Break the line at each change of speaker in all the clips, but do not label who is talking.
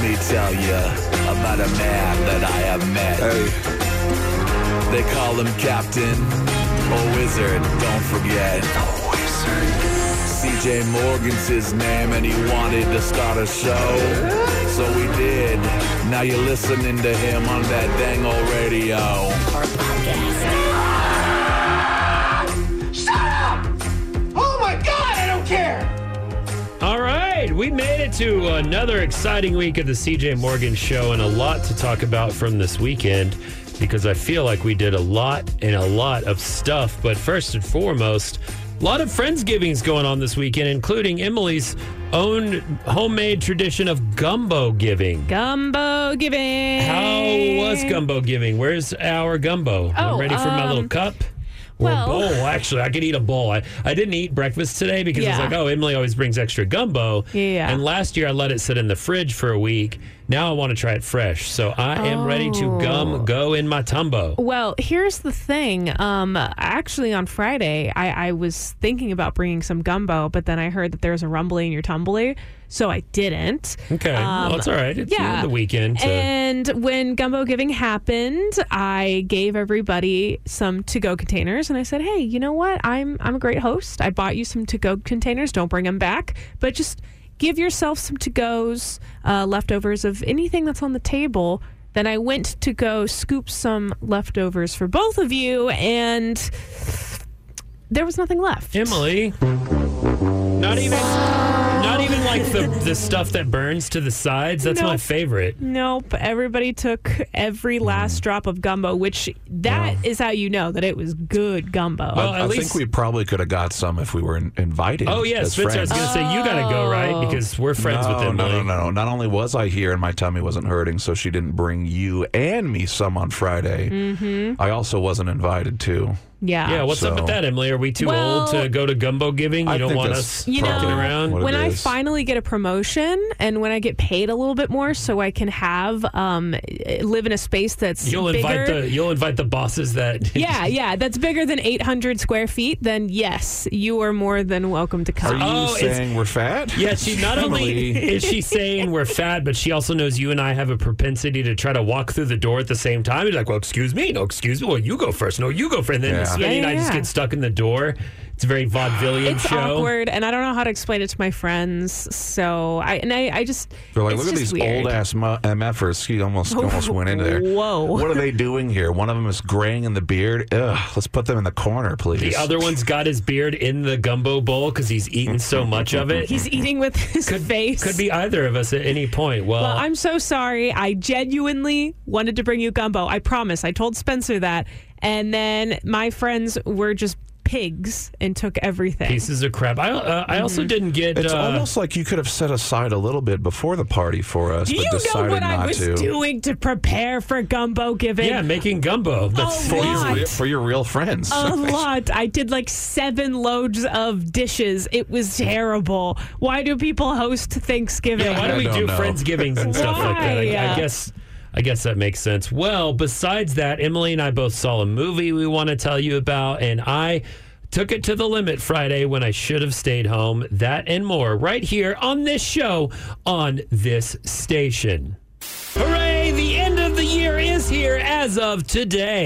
me tell you about a man that I have met.
Hey,
They call him Captain or Wizard, don't forget. CJ Morgan's his name, and he wanted to start a show. So we did. Now you're listening to him on that dang old radio.
All right, we made it to another exciting week of the CJ Morgan Show and a lot to talk about from this weekend because I feel like we did a lot and a lot of stuff. But first and foremost, a lot of Friendsgivings going on this weekend, including Emily's own homemade tradition of gumbo giving.
Gumbo giving.
How was gumbo giving? Where's our gumbo? I'm
Oh,
ready for my little
um,
cup. Or
well-
a bowl, actually. I could eat a bowl. I, I didn't eat breakfast today because it's
Yeah.
like, oh, Emily always brings extra gumbo.
Yeah.
And last year I let it sit in the fridge for a week. Now I want to try it fresh. So I am ready
Oh.
to gum go in my tumbo.
Well, here's the thing. Um, actually, on Friday, I, I was thinking about bringing some gumbo, but then I heard that there's a rumbly in your tumbly, so I didn't.
Okay. well, it's all right. It's
Um, yeah.
the weekend. So.
And when gumbo giving happened, I gave everybody some to-go containers, and I said, "Hey, you know what? I'm I'm a great host. I bought you some to-go containers. Don't bring them back, but just give yourself some to-goes, uh, leftovers of anything that's on the table." Then I went to go scoop some leftovers for both of you, and there was nothing left.
Emily. Not even not even like the, the stuff that burns to the sides. That's my
Nope.
favorite.
Nope. Everybody took
Mm-hmm.
every last drop of gumbo, which that is how you know that it was good gumbo.
Well, at
I
least
think we probably could have got some if we were in- invited.
Oh yeah,
as
Spencer. I was
friends.
gonna say you gotta go
Oh.
right because we're friends
no,
with them.
Oh, no, no, no. Not only was I here and my tummy wasn't hurting, so she didn't bring you and me some on Friday. Mm-hmm. I also wasn't invited to.
yeah.
Yeah, what's up with
So-
that, Emily? Are we too
Well-
old to go to gumbo giving? You
I
don't
think
want
that's
us
You know,
fucking around.
what it
when I
is.
finally get a promotion and when I get paid a little bit more, so I can have um, live in a space that's
You'll
bigger.
invite the you'll invite the bosses that
yeah, yeah, that's bigger than 800 square feet. Then yes, you are more than welcome to
Are
come.
you
Oh, it's-
saying we're fat?
Yeah, she not only
Emily.
is she saying we're fat, but she also knows you and I have a propensity to try to walk through the door at the same time. You're like, well, excuse me, no, excuse me, well, you go first, no, you go first, and then
Yeah.
Smitty
Yeah,
and I
yeah,
just
yeah.
get stuck in the door. It's a very vaudevillian
It's
show.
awkward, and I don't know how to explain it to my friends. So I and I, I just
They're like,
it's
look at
just
these
weird.
old ass mu- MFers. He almost almost went into there.
Whoa.
What are they doing here? One of them is graying in the beard. Ugh, let's put them in the corner, please.
The other one's got his beard in the gumbo bowl because he's eaten so much of it.
He's eating with his face.
Could be either of us at any point. Well,
Well, Uh, I'm so sorry. I genuinely wanted to bring you gumbo. I promise. I told Spencer that. And then my friends were just pigs and took everything.
pieces of crap. I uh, I also
Mm-hmm.
didn't get.
It's
uh,
almost like you could have set aside a little bit before the party for us,
Do
but
you know
decided
what
not
I was
to.
doing to prepare for gumbo giving?
yeah, making gumbo. That's
Oh,
For
Lot.
your, re- for your real friends.
A lot. I did like seven loads of dishes. It was terrible. Why do people host Thanksgiving?
yeah. Why do
I
we
don't
do
know.
friendsgivings and stuff like that? I, I
Why?
guess. I guess that makes sense. Well, besides that, Emily and I both saw a movie we want to tell you about, and I took it to the limit Friday when I should have stayed home. That and more right here on this show on this station. Hooray! The end of the year is here as of today.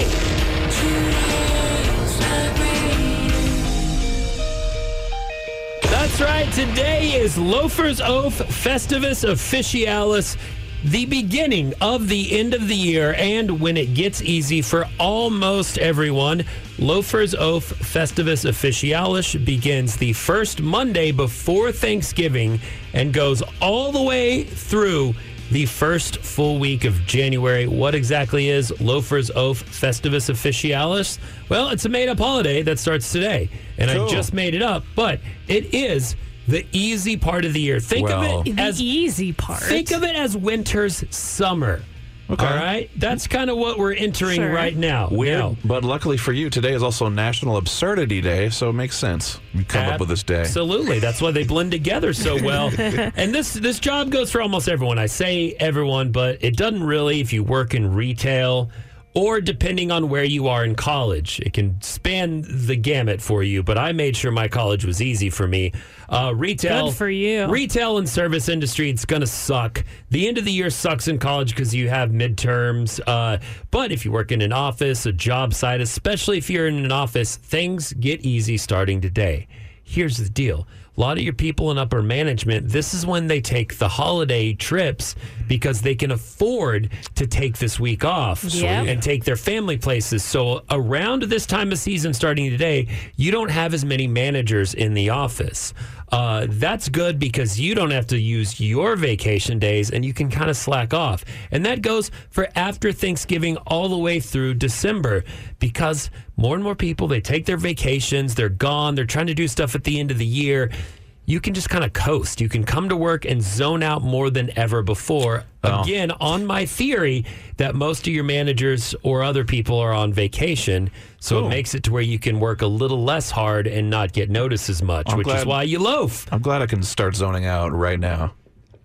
That's right. Today is Loafer's Oath Festivus Officialis, the beginning of the end of the year, and when it gets easy for almost everyone, Loafer's Oath Festivus Officialis begins the first Monday before Thanksgiving and goes all the way through the first full week of January. What exactly is Loafer's Oath Festivus Officialis? Well, it's a made up holiday that starts today. And I
Cool.
just made it up, but it is the easy part of the year. Think
Well-
of it
The
as
easy part.
think of it as winter's summer.
Okay.
All right, that's kind of what we're entering
Sure.
right now.
Weird,
Now,
but luckily for you, today is also National Absurdity Day, so it makes sense. You come up with this day.
Absolutely. That's why they blend together so well. and this this job goes for almost everyone. I say everyone, but it doesn't really if you work in retail or depending on where you are in college. It can span the gamut for you, but I made sure my college was easy for me. Uh, retail
Good for you.
Retail and service industry, it's gonna suck. The end of the year sucks in college because you have midterms. Uh, but if you work in an office, a job site, especially if you're in an office, things get easy starting today. Here's the deal. A lot of your people in upper management, this is when they take the holiday trips because they can afford to take this week off
Yep.
and take their family places. So around this time of season, starting today, you don't have as many managers in the office. Uh, that's good because you don't have to use your vacation days and you can kind of slack off. And that goes for after Thanksgiving all the way through December because more and more people, they take their vacations, they're gone, they're trying to do stuff at the end of the year. You can just kind of coast. You can come to work and zone out more than ever before. Again, on my theory that most of your managers or other people are on vacation. So it makes it to where you can work a little less hard and not get noticed as much,
I'm
which is
glad-
why you loaf.
I'm glad I can start zoning out right now.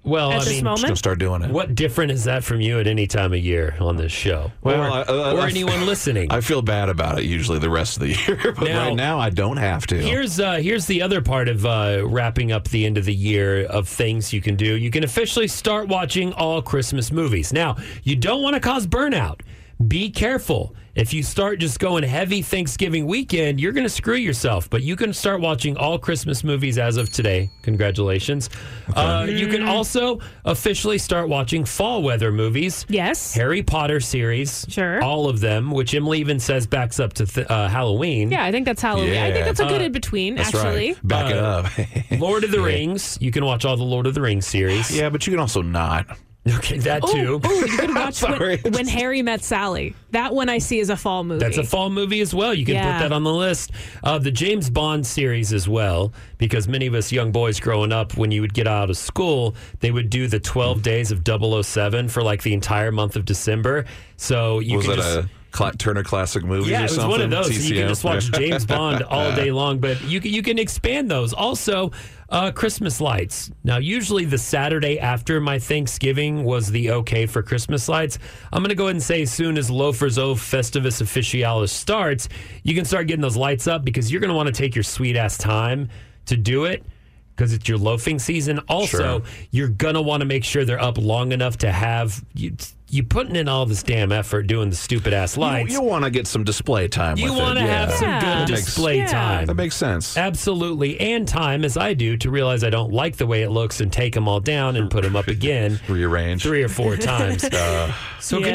Well,
At
I
this
mean,
Just gonna
moment,
start doing it.
what different is that from you at any time of year on this show?
Well,
or,
I- uh, I-
or
I-
anyone listening?
I feel bad about it usually the rest of the year, but
Now-
right now I don't have to.
Here's uh, here's the other part of uh, wrapping up the end of the year of things you can do. You can officially start watching all Christmas movies. Now, you don't want to cause burnout. Be careful. If you start just going heavy Thanksgiving weekend, you're going to screw yourself. But you can start watching all Christmas movies as of today. Congratulations. Uh, you
Mm.
can also officially start watching fall weather movies.
yes.
Harry Potter series.
Sure.
All of them, which Emily even says backs up to th- uh, Halloween.
Yeah, I think that's Halloween. I think
Yeah.
that's a
Uh,
good in between,
That's
actually.
right. Back it up.
Lord of the Rings. You can watch all the Lord of the Rings series.
yeah, but you can also not.
Okay, that too.
Oh, you could watch when,
Sorry.
when Harry Met Sally. That one I see as a fall movie.
That's a fall movie as well. You can
Yeah.
put that on the list. Uh, the James Bond series as well, because many of us young boys growing up, when you would get out of school, they would do the 12 days of 007 for like the entire month of December. So you
was
can
that
just.
a Cla- Turner Classic Movies or
Yeah, it was
something?
one of those. You
TCM.
can just watch James Bond all day long, but you can, you can expand those. Also, uh, Christmas lights. Now, usually the Saturday after my Thanksgiving was the okay for Christmas lights. I'm going to go ahead and say as soon as Loafers O Festivus Officialis starts, you can start getting those lights up because you're going to want to take your sweet ass time to do it because it's your loafing season. Also,
Sure.
you're gonna want to make sure they're up long enough to have you. You putting in all this damn effort doing the stupid ass lights.
You, want to get some display time.
You
with it,
want to have
yeah.
some
Yeah.
good
That
makes-
display
Yeah.
That
time.
makes sense.
Absolutely. And time, as I do, to realize I don't like the way it looks and take them all down and put them up again
Rearrange.
three or four times. so,
Yeah.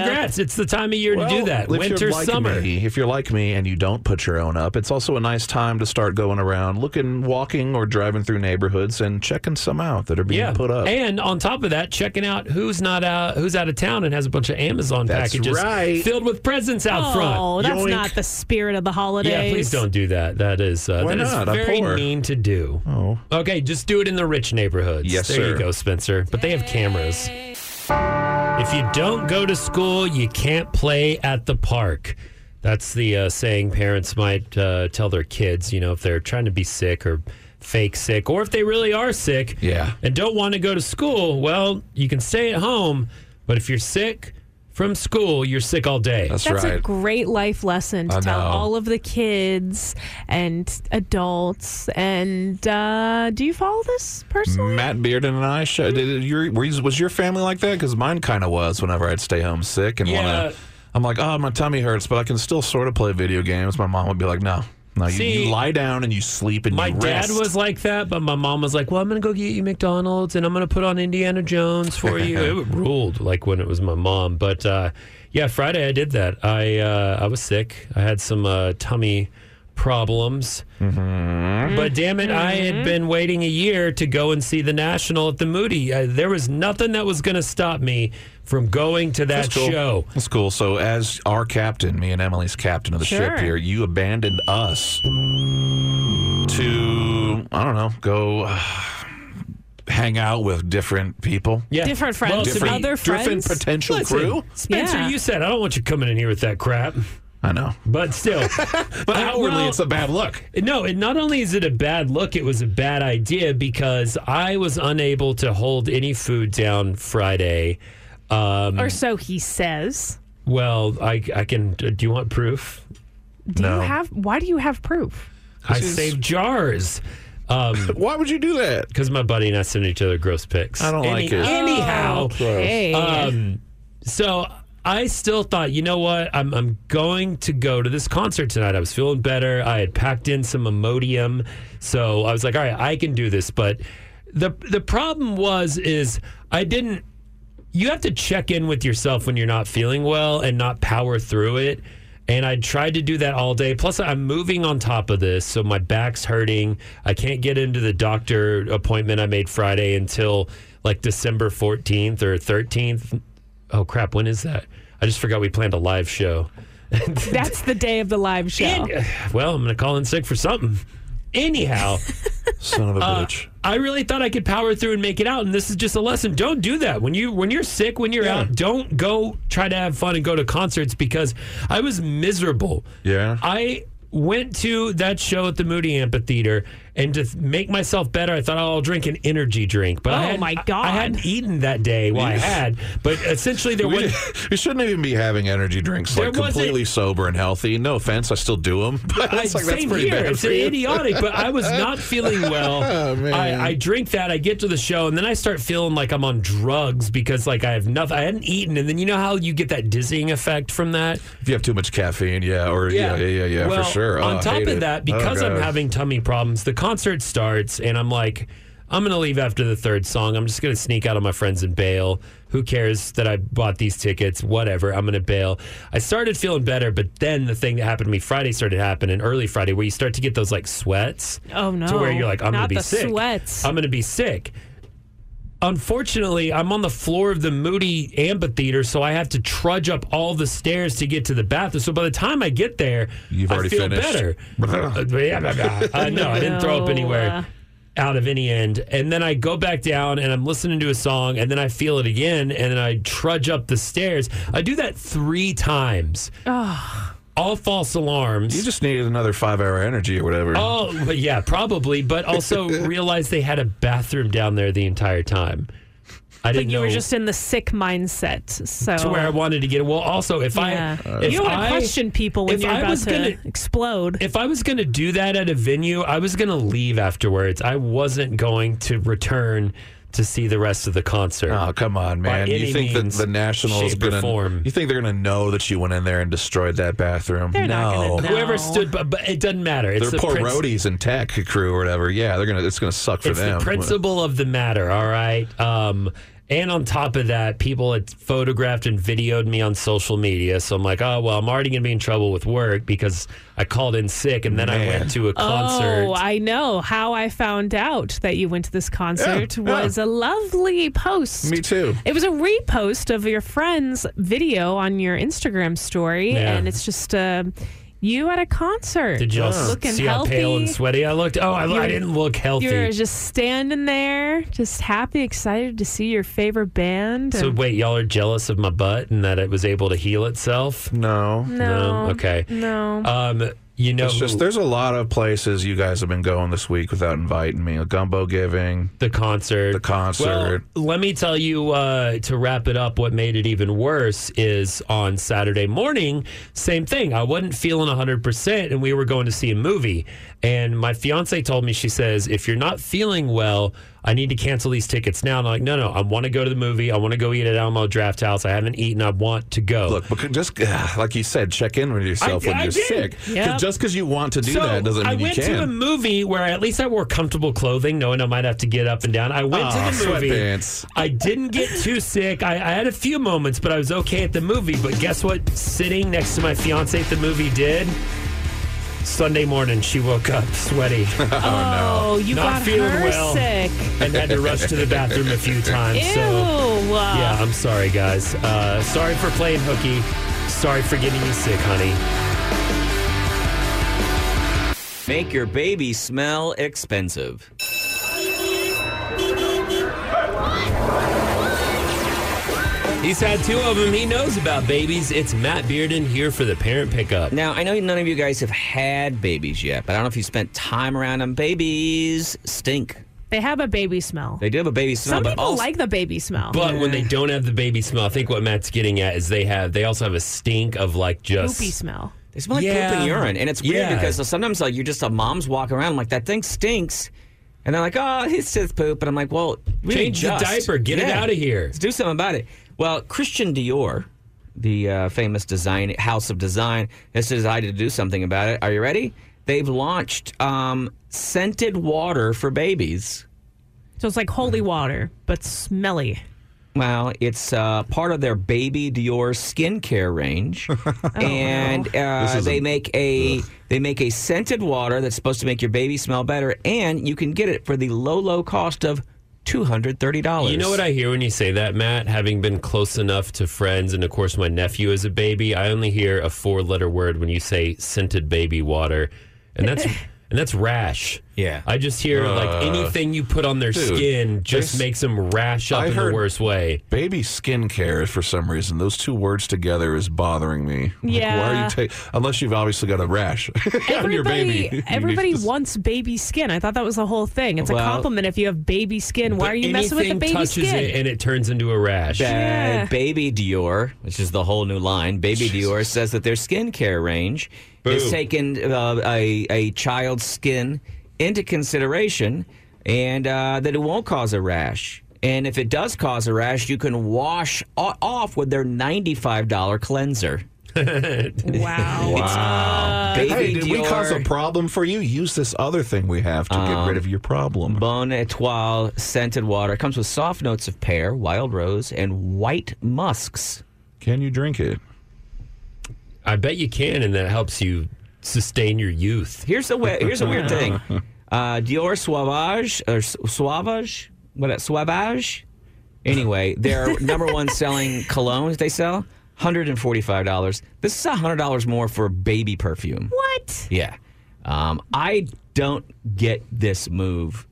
congrats. It's the time of year to do
Uh,
that.
Well, if
Winter,
you're like
summer.
me- if you're like me and you don't put your own up, it's also a nice time to start going around, looking, walking, or driving through neighborhoods and checking some out that are being
Yeah.
put up.
And on top of that, checking out who's not uh, who's out of town and has a bunch of Amazon
That's
packages
right.
filled with presents out
Oh,
front.
that's
Yoink.
not the spirit of the holidays.
Yeah, please don't do that. That is uh,
Why
that is
not? I'm
very
poor.
mean to do.
Oh.
Okay, just do it in the rich neighborhoods.
Yes,
there you
sir.
go, Spencer. But they have cameras. If you don't go to school, you can't play at the park. That's the uh, saying parents might uh, tell their kids. You know, if they're trying to be sick or fake sick, or if they really are sick,
Yeah.
and don't want to go to school. Well, you can stay at home. But if you're sick from school, you're sick all day.
That's,
That's
right.
a great life lesson to
I
tell
know.
all of the kids and adults. And uh, do you follow this personally?
Matt Bearden and I. Show, did it- your, were you- was your family like that? Because mine kind of was. Whenever I'd stay home sick and
Yeah.
want to, I'm like, oh, my tummy hurts, but I can still sort of play video games. My mom would be like, no, no, you,
See,
you lie down and you sleep and
My
you
dad
rest.
was like that, but my mom was like, "Well, I'm gonna go get you McDonald's, and I'm gonna put on Indiana Jones for you." it ruled like when it was my mom, but uh, yeah, Friday I did that. I uh, I was sick. I had some uh, tummy problems,
Mm-hmm.
but damn it, I had been waiting a year to go and see the National at the Moody. Uh, there was nothing that was gonna stop me from going to that
That's cool.
show.
That's cool. So, as our captain, me and Emily's captain of the
Sure.
ship here, you abandoned us to, I don't know, go uh, hang out with different people,
Yeah,
Different
Well,
friends,
to
different,
other
different
friends.
potential
Listen,
crew.
Spencer,
Yeah.
you said I don't want you coming in here with that crap,
I know,
but still.
but
I-
outwardly,
well-
it's a bad look.
No, and not only is it a bad look, it was a bad idea because I was unable to hold any food down Friday. Um,
Or so he says.
Well, I, I can. Do you want proof?
Do
No.
you have? Why do you have proof?
I
This is-
save jars. Um,
Why would you do that?
because my buddy and I send each other gross pics.
I don't like it.
Oh,
Oh,
Anyhow,
Hey,
um, so I still thought, you know what? I'm I'm going to go to this concert tonight. I was feeling better. I had packed in some Imodium, so I was like, all right, I can do this. But the the problem was is I didn't. You have to check in with yourself when you're not feeling well and not power through it. And I tried to do that all day. Plus, I'm moving on top of this, so my back's hurting. I can't get into the doctor appointment I made Friday until like December 14th or 13th. Oh crap! When is that? I just forgot we planned a live show.
that's the day of the live show.
Well, I'm gonna call in sick for something. Anyhow,
Son of a bitch.
I really thought I could power through and make it out, and this is just a lesson. Don't do that when you when you're sick, when you're
Yeah.
out. Don't go try to have fun and go to concerts because I was miserable.
Yeah.
I went to that show at the Moody Amphitheater, and to th- make myself better, I thought oh, I'll drink an energy drink. But I
Oh,
had- I-
my
I
God.
hadn't eaten that day. Well, I had, but essentially there
We,
was.
we shouldn't even be having energy drinks like
There wasn't-
completely sober and healthy. No offense, I still do them. But it's like, that's
same
pretty
here.
bad
it's
for you.
idiotic, but I was not feeling well.
Oh, man.
I, I drink that. I get to the show, and then I start feeling like I'm on drugs because like I have nothing. I hadn't eaten, and then you know how you get that dizzying effect from that.
If you have too much caffeine, yeah, or yeah, yeah, yeah, yeah,
Well,
for sure. Oh,
On
I
top
hate
of
it.
that, because
Oh,
I'm
God.
having tummy problems, the concert starts, and I'm like, I'm gonna leave after the third song. I'm just gonna sneak out on my friends and bail. Who cares that I bought these tickets? Whatever. I'm gonna bail. I started feeling better, but then the thing that happened to me Friday started happening early Friday, where you start to get those like sweats.
Oh, no.
To where you're like, I'm gonna
Not
be
the
sick.
sweats.
I'm gonna be sick unfortunately, I'm on the floor of the Moody Amphitheater, so I have to trudge up all the stairs to get to the bathroom. So by the time I get there,
You've
I
already
feel
finished.
better. Uh, yeah, blah, blah. Uh, no, I didn't throw up
No. uh.
anywhere out of any end. And then I go back down and I'm listening to a song, and then I feel it again, and then I trudge up the stairs. I do that three times. All false alarms.
You just needed another five hour energy or whatever.
Oh, but yeah, probably. But also realized they had a bathroom down there the entire time. I
but
didn't
you
know
were just in the sick mindset, so
to where I wanted to get it. Well, also if
yeah.
I if
you don't want
I
to question people when
if
you're
I
about
was
to
gonna-
explode.
if I was going to do that at a venue, I was going to leave afterwards. I wasn't going to return to see the rest of the concert.
Oh, come on, man!
any
You think that
means,
the Nationals
shape, or
gonna?
form.
You think they're gonna know that you went in there and destroyed that bathroom?
They're not gonna
no,
know.
Whoever stood, but, but it doesn't matter.
they're
It's the
poor
princ-
roadies and tech crew or whatever. Yeah, they're gonna. It's gonna suck for
It's
them.
the principle of the matter. All right. Um, and on top of that, people had photographed and videoed me on social media. So I'm like, oh well, I'm already going to be in trouble with work because I called in sick, and then I
Man.
went to a concert.
Oh, I know how I found out that you went to this concert
Yeah, yeah.
was a lovely post.
Me too.
It was a repost of your friend's video on your Instagram story,
Yeah.
and it's just uh, you at a concert.
Did y'all s-
looking
see how pale and
healthy.
sweaty I looked? Oh, I, I
You're-
didn't look healthy.
You're just standing there, just happy, excited to see your favorite band.
So
and-
wait, y'all are jealous of my butt and that it was able to heal itself?
No,
no,
Okay.
no.
Um, you know,
it's just there's a lot of places you guys have been going this week without inviting me. Gumbo giving,
the concert.
the concert.
Well, let me tell you uh, to wrap it up. What made it even worse is on Saturday morning, same thing. I wasn't feeling 100%, and we were going to see a movie. And my fiance told me, she says, if you're not feeling well, I need to cancel these tickets now. And I'm like, no, no, I want to go to the movie. I want to go eat at Alamo Draft House. I haven't eaten. I want to go.
Look, but just ah, like you said, check in with yourself
I-
when
I
you're
did.
sick. 'Cause
Yep.
Just because you want to do
so
that doesn't
I
mean
went
you can.
to a movie where at least I wore comfortable clothing, knowing I might have to get up and down. I went
Aw,
to the movie.
Ah, sweatpants.
I didn't get too sick. I, I had a few moments, but I was okay at the movie. But guess what? Sitting next to my fiance at the movie did. Sunday morning, she woke up sweaty
oh, you
Not
got
feeling
her
well.
sick.
and had to rush to the bathroom a few times.
Ew.
So yeah,
Yeah.
I'm sorry, guys. Uh, sorry for playing hooky. Sorry for getting you sick, honey.
Make your baby smell expensive.
He's had two of them. He knows about babies. It's Matt Bearden here for the parent pickup.
Now, I know none of you guys have had babies yet, but I don't know if you spent time around them. Babies stink.
They have a baby smell.
They do have a baby smell,
Some
but
people
also
like the baby smell.
But when they don't have the baby smell, I think what Matt's getting at is they have they also have a stink of like just
Poopy smell.
they smell like poop
Yeah.
and urine, and it's weird
Yeah.
because sometimes like you just a mom's walking around like that thing stinks, and they're like, oh, it's just poop, and I'm like, well, we
Change
need
the
dust.
diaper. Get it
Yeah.
outta here.
Let's do something about it. Well, Christian Dior, the uh, famous design house of design, has decided to do something about it. Are you ready? They've launched um, scented water for babies.
So it's like holy water, but smelly.
Well, it's uh, part of their Baby Dior skincare range, and uh,
Oh, is
they
a-
make a they make a scented water that's supposed to make your baby smell better, and you can get it for the low low cost of two hundred thirty dollars.
You know what I hear when you say that, Matt? Having been close enough to friends, and of course, my nephew is a baby, I only hear a four letter word when you say scented baby water. And that's. And that's rash.
Yeah.
I just hear like anything you put on their
Uh, dude,
skin
there's-
just makes them rash up
I
in
heard-
the worst way.
Baby skincare, for some reason, those two words together is bothering me. Like, why are
Yeah.
you taking? Unless you've obviously got a rash on your baby. You need
everybody
to s-
wants baby skin. I thought that was the whole thing. It's a
Well-
compliment if you have baby skin. Why
But
are you messing with the
anything
baby
touches
skin?
it and it turns into a rash.
that
Yeah.
Baby Dior, which is the whole new line, Baby Dior says that their skincare range
Boo.
is taking uh, a, a child's skin into consideration and uh, that it won't cause a rash. And if it does cause a rash, you can wash o- off with their $95 cleanser.
wow. uh,
Wow.
Baby
Uh, hey, did we
Dior-
cause a problem for you? Use this other thing we have to get rid of your problem.
Bon Etoile scented water. It comes with soft notes of pear, wild rose, and white musks.
Can you drink it?
I bet you can, and that helps you sustain your youth.
Here's a we- here's a weird thing. Uh, Dior Suavage or Su- Suavage, what it- Suavage? Anyway, their number one selling colognes they sell hundred and forty five dollars. This is hundred dollars more for baby perfume.
What?
Yeah, um, I don't get this move.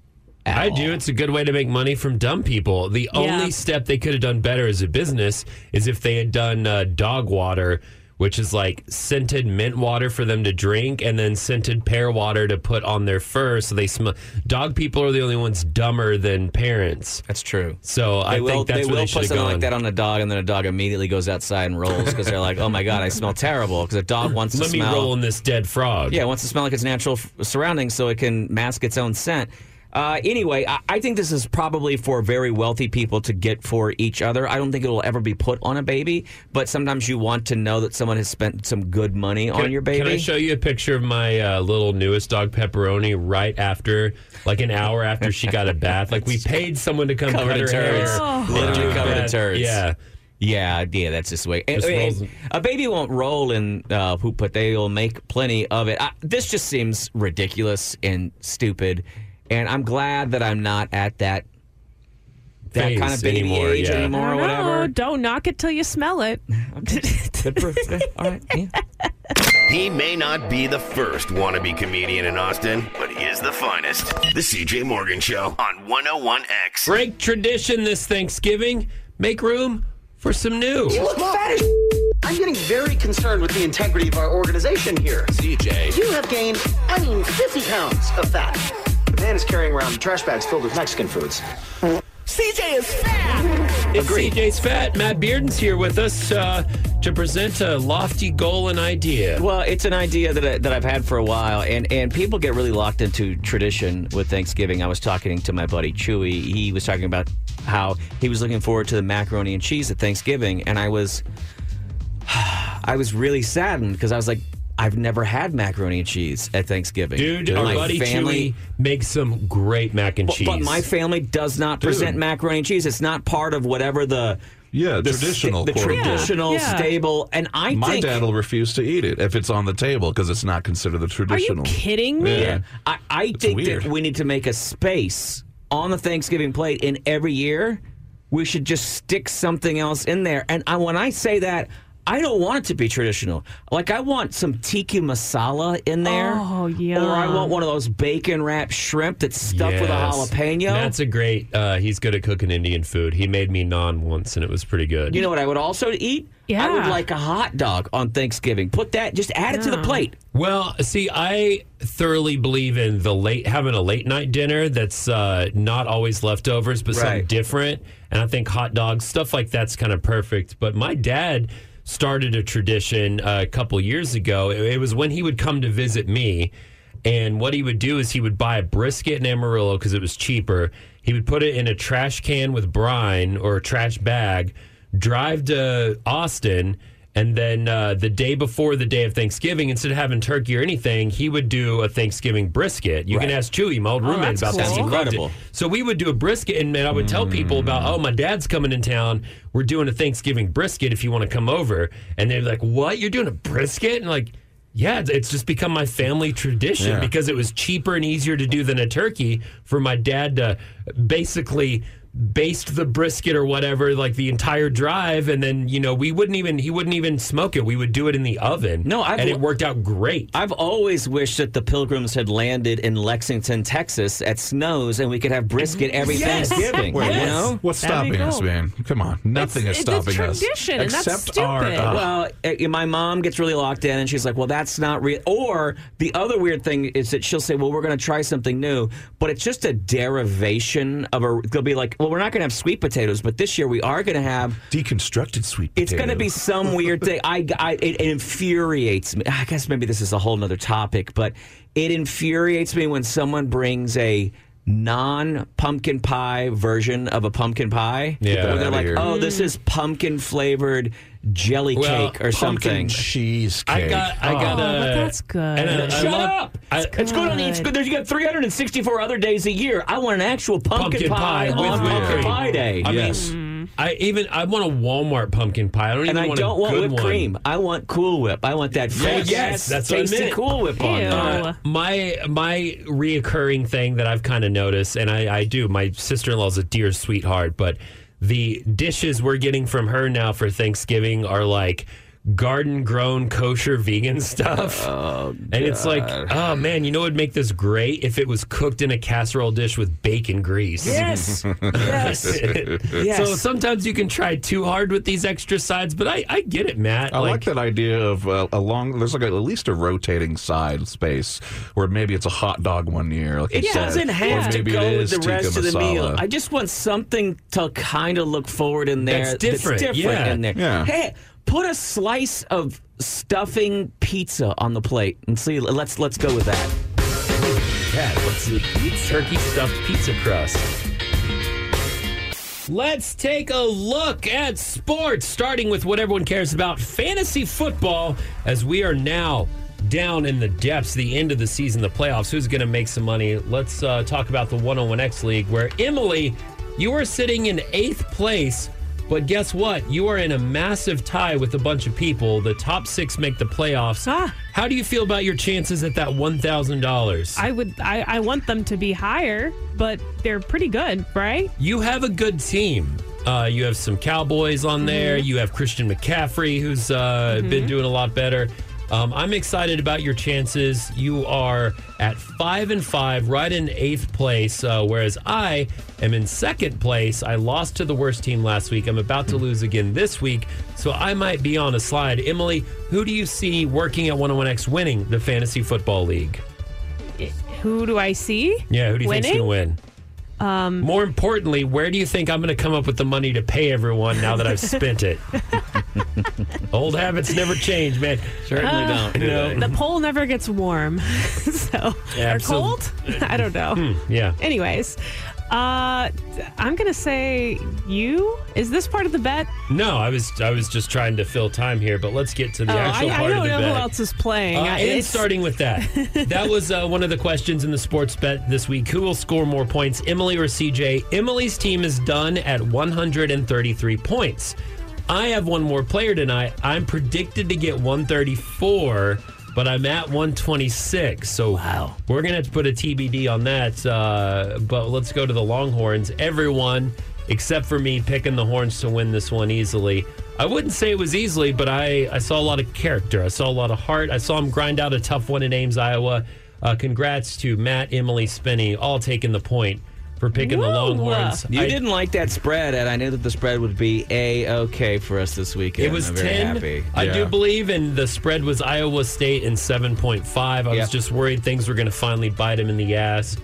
At
I
all.
do. It's a good way to make money from dumb people. The only step they could have done better as a business is if they had done uh, dog water, which is like scented mint water for them to drink, and then scented pear water to put on their fur so they smell. Dog people are the only ones dumber than parents.
That's true.
So I
They will,
think that's
they
where
will
they
put
should have
something
gone.
like that on a dog, and then a dog immediately goes outside and rolls because they're like, "Oh my god, I smell terrible." Because a dog wants to
Let me
smell.
roll in this dead frog.
Yeah, it wants to smell like its natural f- surroundings so it can mask its own scent. Uh, anyway, I-, I think this is probably for very wealthy people to get for each other. I don't think it'll ever be put on a baby, but sometimes you want to know that someone has spent some good money on your baby.
Can I show you a picture of my uh, little newest dog, Pepperoni, right after, like an hour after she got a bath? Like we paid someone to come
Covered
cut
in
her hair.
turds.
Oh.
and
Literally
do a
covered in
bath.
turds.
Yeah.
Yeah, yeah, that's just the way. and-
Just
and
rolls in-
a baby won't roll in uh, poop, but they'll make plenty of it. I, this just seems ridiculous and stupid, and I'm glad that I'm not at that that
Phase
kind of baby
anymore,
age
yeah.
I
anymore or
don't know.
whatever.
Don't knock it till you smell it.
Good proof. All right. Yeah.
He may not be the first wannabe comedian in Austin, but he is the finest. The CJ Morgan Show on 101X.
Break tradition this Thanksgiving. Make room for some new.
look fat as I'm getting very concerned with the integrity of our organization here. CJ. You have gained, I mean, 50 pounds of fat. The man is carrying around trash bags filled with Mexican foods.
CJ is fat!
It's CJ's Fat. Matt Bearden's here with us uh, to present a lofty goal and idea.
Well, it's an idea that, I, that I've had for a while, and, and people get really locked into tradition with Thanksgiving. I was talking to my buddy Chewy. He was talking about how he was looking forward to the macaroni and cheese at Thanksgiving, and I was, I was really saddened because I was like, I've never had macaroni and cheese at Thanksgiving.
Dude, our
My
buddy
family-
Chewy makes some great mac and cheese.
But my family does not present macaroni and cheese. It's not part of whatever the
Yeah,
the
traditional.
sta- the
quote unquote.
traditional
Yeah.
stable. And I
My
think
dad will refuse to eat it if it's on the table because it's not considered the
Are you
traditional.
kidding me?
Yeah.
I, I think
weird.
that we need to make a space on the Thanksgiving plate, and every year we should just stick something else in there. And I, when I say that, I don't want it to be traditional. Like I want some tiki masala in there.
Oh,
Or I
yum.
want one of those bacon wrapped shrimp that's stuffed with a
Yes.
jalapeno.
That's a great. Uh, he's good at cooking Indian food. He made me naan once, and it was pretty good.
you know what I would also eat? I would
Yeah.
like a hot dog on Thanksgiving. Put that, just add it to the
Yeah.
plate.
Well, see, I thoroughly believe in the late having a late night dinner that's uh, not always leftovers, but something
Right.
different. And I think hot dogs, stuff like that's kind of perfect. But my dad started a tradition uh, a couple years ago. It, it was when he would come to visit me, and what he would do is he would buy a brisket in Amarillo because it was cheaper. He would put it in a trash can with brine or a trash bag drive to Austin, and then uh, the day before the day of Thanksgiving, instead of having turkey or anything, he would do a Thanksgiving brisket. You can ask Chewy, my old roommate,
that's
about this.
Oh, cool.
He loved it.
Incredible.
So we would do a brisket, and man, I would tell people about, oh, my dad's coming in town. We're doing a Thanksgiving brisket if you want to come over. And they're like, what? You're doing a brisket? And like, yeah, it's- it's just become my family tradition
Yeah.
because it was cheaper and easier to do than a turkey for my dad to basically baste the brisket or whatever like the entire drive and then you know we wouldn't even he wouldn't even smoke it we would do it in the oven
No, I've
and
lo-
it worked out great
I've always wished that the pilgrims had landed in Lexington, Texas at Snows and we could have brisket every
Mm-hmm. Yes.
Thanksgiving.
Wait,
You
Yes.
know?
What's
That'd
stopping
be
us,
cool.
man? Come on, nothing
It's-
is
it's a
stopping us
tradition, and that's
except our.
stupid.
uh,
Well, uh, my mom gets really locked in, and she's like, "Well, that's not real." Or the other weird thing is that she'll say, "Well, we're going to try something new," but it's just a derivation of a. They'll be like, "Well, we're not going to have sweet potatoes, but this year we are going to have."
deconstructed sweet.
It's going to be
potato.
some weird thing. I, I it, it infuriates me. I guess maybe this is a whole nother topic, but it infuriates me when someone brings a non pumpkin pie version of a pumpkin pie.
Yeah.
where they're like,
Outta here.
"Oh, this is pumpkin flavored jelly
Well,
cake
pumpkin
or something."
cheesecake.
I got, I got
Oh,
a.
but that's good.
and I- I
Shut
love-
up!
I-
it's good on it's good. There's you got 364 other days a year. I want an actual pumpkin,
Pumpkin pie
on
with whipped
pumpkin
cream.
pie day.
I mean, I even I want a Walmart pumpkin pie. I don't
and
even
I
want
don't
a
want
good
whipped
one.
cream. I want Cool Whip. I want that fresh,
yes, that's what I
tasty
meant.
Cool Whip on
Ew.
there.
Uh, my my reoccurring thing that I've kind of noticed, and I, I do. My sister in law's a dear sweetheart, but the dishes we're getting from her now for Thanksgiving are like garden grown kosher vegan stuff, and it's like, oh man, you know what'd make this great if it was cooked in a casserole dish with bacon grease.
Yes, yes.
So sometimes you can try too hard with these extra sides, but I, I get it, Matt.
I like, that idea of uh, along. There's like a, at least a rotating side space where maybe it's a hot dog one year. Like
It
you said,
doesn't
or
have to
maybe
go
it
with
is
the
tikka
rest of the meal.
masala.
I just want something to kind of look forward in there.
That's different,
different
yeah.
in there.
Yeah.
Hey, put a slice of stuffing pizza on the plate and see. Let's let's go with that.
Cat, let's see. Turkey stuffed pizza crust. Let's take a look at sports, starting with what everyone cares about fantasy football, as we are now down in the depths, the end of the season, the playoffs. Who's going to make some money? Let's uh, talk about the 101X League, where Emily, you are sitting in eighth place. But guess what? You are in a massive tie with a bunch of people. The top six make the playoffs.
Ah.
How do you feel about your chances at that $1,000?
I would. I, I want them to be higher, but they're pretty good, right?
You have a good team. Uh, you have some Cowboys on there. You have Christian McCaffrey, who's uh, been doing a lot better. Um, I'm excited about your chances. You are at five and five, right in eighth place, uh, whereas I am in second place. I lost to the worst team last week. I'm about to lose again this week, so I might be on a slide. Emily, who do you see working at 101X winning the Fantasy Football League?
Who do I see?
Yeah, who do you think's
Winning?
gonna win? Um, More importantly, where do you think I'm gonna come up with the money to pay everyone now that I've spent it? Old habits never change, man.
Uh,
Certainly don't. do
no.
that.
The pole never gets warm, so or
Absol- Hmm.
cold. I don't know.
Yeah.
Anyways, uh, I'm gonna say you. Is this part of the bet?
No, I was I was just trying to fill time here, but let's get to the
oh, I,
actual
I
part
don't
of the
know
bet.
who else is playing.
Uh,
I-
and
it's-
starting with that, that was uh, one of the questions in the sports bet this week. Who will score more points, Emily or CJ? Emily's team is done at 133 points. I have one more player tonight. I'm predicted to get 134, but I'm at 126. So
Wow.
we're going to have to put a TBD on that. Uh, but let's go to the Longhorns. Everyone except for me picking the horns to win this one easily. I wouldn't say it was easily, but I, I saw a lot of character. I saw a lot of heart. I saw him grind out a tough one in Ames, Iowa. Uh, congrats to Matt, Emily, Spinney, all taking the point for picking the
Woo!
Longhorns.
You
I-
didn't like that spread, and I knew that the spread would be a okay for us this weekend.
It was
I'm very
10.
happy.
I
Yeah.
do believe, and the spread was Iowa State in 7.5. I was
Yep.
just worried things were going to finally bite him in the ass.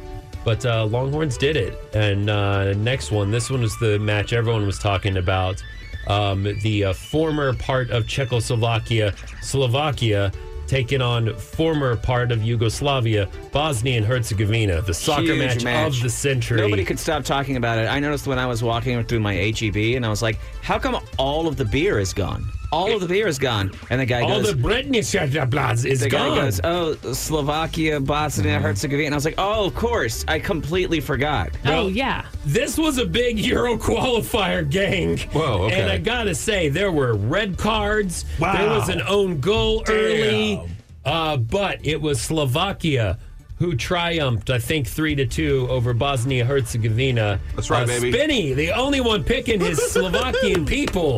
But uh, Longhorns did it. And uh, next one, this one was the match everyone was talking about. Um, the uh, former part of Czechoslovakia, Slovakia, taking on former part of Yugoslavia, Bosnia and Herzegovina. The soccer
Huge
match, of the century.
Nobody could stop talking about it. I noticed when I was walking through my HEB, and I was like, "How come all of the beer is gone? All of the beer is gone." And the guy
All
goes,
the Britney Shadablads is
The guy
gone. Uh-huh.
goes, "Oh, Slovakia, Bosnia, Herzegovina." And I was like, "Oh, of course. I completely forgot."
oh yeah.
This was a big Euro qualifier gang.
Whoa, okay.
And I gotta say, there were red cards.
Wow.
There was an own goal early. Uh, but it was Slovakia who triumphed, I think, three to two over Bosnia Herzegovina.
That's right,
uh,
baby.
Spinny, the only one picking his Slovakian people.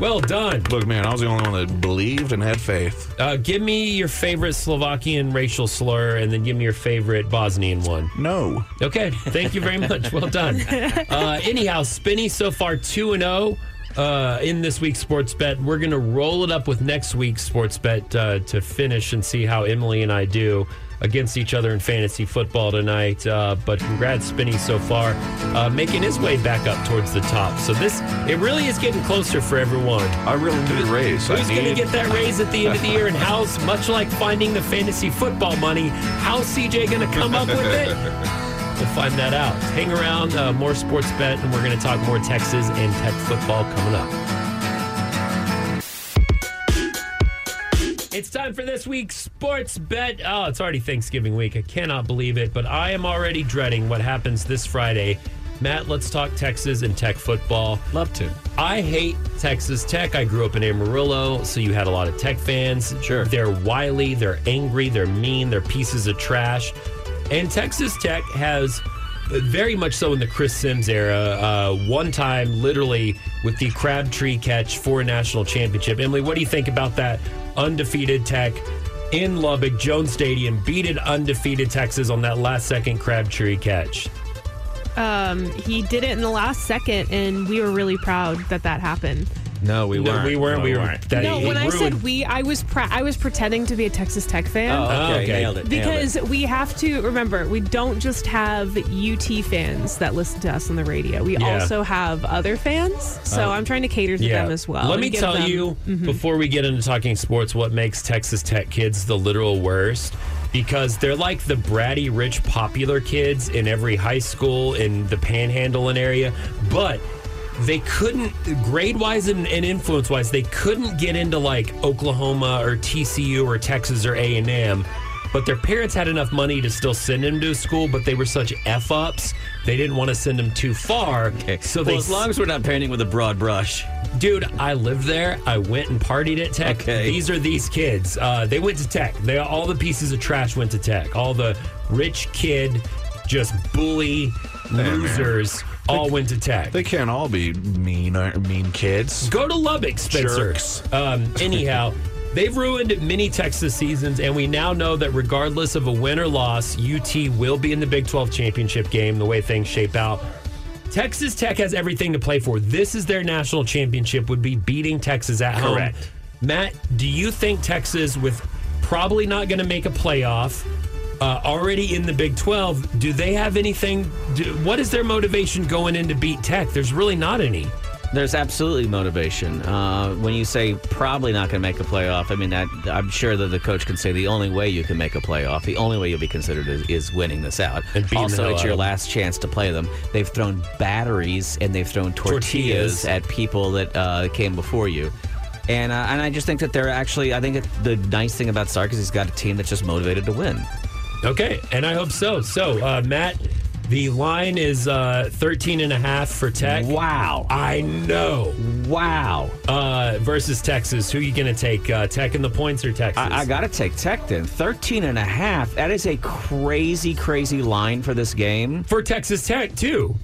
Well done.
Look, man, I was the only one that believed and had faith.
Uh, give me your favorite Slovakian racial slur, and then give me your favorite Bosnian one.
No.
Okay, thank you very much. Well done. Uh, anyhow, Spinny so far 2 and 0 uh, in this week's sports bet. We're going to roll it up with next week's sports bet uh, to finish and see how Emily and I do against each other in fantasy football tonight. Uh, but congrats, Spinny, so far, uh, making his way back up towards the top. So this, it really is getting closer for everyone.
I really need a raise. I
Who's going to
need-
get that raise at the end of the year? And how's, much like finding the fantasy football money, how's CJ going to come up with it? We'll find that out. Hang around, uh, more sports bet, and we're going to talk more Texas and Tech football coming up. It's time for this week's sports bet. Oh, it's already Thanksgiving week. I cannot believe it, but I am already dreading what happens this Friday. Matt, let's talk Texas and Tech football.
Love to.
I hate Texas Tech. I grew up in Amarillo, so you had a lot of Tech fans.
Sure.
They're wily, they're angry, they're mean, they're pieces of trash. And Texas Tech has uh, very much so in the Chris Sims era, uh, one time literally with the Crabtree catch for a national championship. Emily, what do you think about that undefeated Tech? In Lubbock, Jones Stadium beated undefeated Texas on that last second Crabtree catch.
Um, he did it in the last second, and we were really proud that that happened.
No, we
No,
weren't.
we weren't.
No,
we were. that-
No,
he
when I
ruined-
said we, I was pre- I was pretending to be a Texas Tech fan.
Oh, okay.
okay.
Nailed it. nailed it.
Because we have to remember, we don't just have UT fans that listen to us on the radio. We
Yeah. Oh.
also have other fans. So I'm trying to cater to them as well.
Let
and
me
give
tell
them- Mm-hmm.
you before we get into talking sports what makes Texas Tech kids the literal worst because they're like the bratty rich popular kids in every high school in the panhandling area but they couldn't grade wise and, and influence wise they couldn't get into like Oklahoma or TCU or Texas or A&M but their parents had enough money to still send them to school but they were such f ups they didn't want to send them too far
Okay.
so
well,
they
as long as we're not painting with a broad brush.
Dude, I lived there. I went and partied at Tech.
Okay.
These are these kids. Uh, they went to Tech. They all the pieces of trash went to Tech. All the rich kid, just bully losers, all went to Tech.
They can't all be mean, uh, mean kids.
Go to Lubbock, Spencer.
Jerks.
Um, anyhow, they've ruined many Texas seasons, and we now know that regardless of a win or loss, UT will be in the Big 12 championship game the way things shape out. Texas Tech has everything to play for. This is their national championship, would be beating Texas at home.
Correct.
Matt, do you think Texas, with probably not going to make a playoff, uh, already in the Big 12, do they have anything? Do, what is their motivation going in to beat Tech? There's really not any.
There's absolutely motivation. Uh, when you say probably not going to make a playoff, I mean, that, I'm sure that the coach can say the only way you can make a playoff, the only way you'll be considered is, is winning this out.
And beating the
also,
hell
it's
out
your
of them.
last chance to play them. They've thrown batteries and they've thrown
Tortillas.
tortillas, at people that uh, came before you. And, uh, and I just think that they're actually, I think that the nice thing about Sark is he's got a team that's just motivated to win.
Okay, and I hope so. So, uh, Matt, the line is uh, 13 and a half for Tech.
Wow.
I know.
Wow.
Uh, versus Texas. Who you going to take? Uh, Tech and the points or Texas?
I, I got to take Tech then. 13 and a half. That is a crazy, crazy line for this game.
For Texas Tech, too.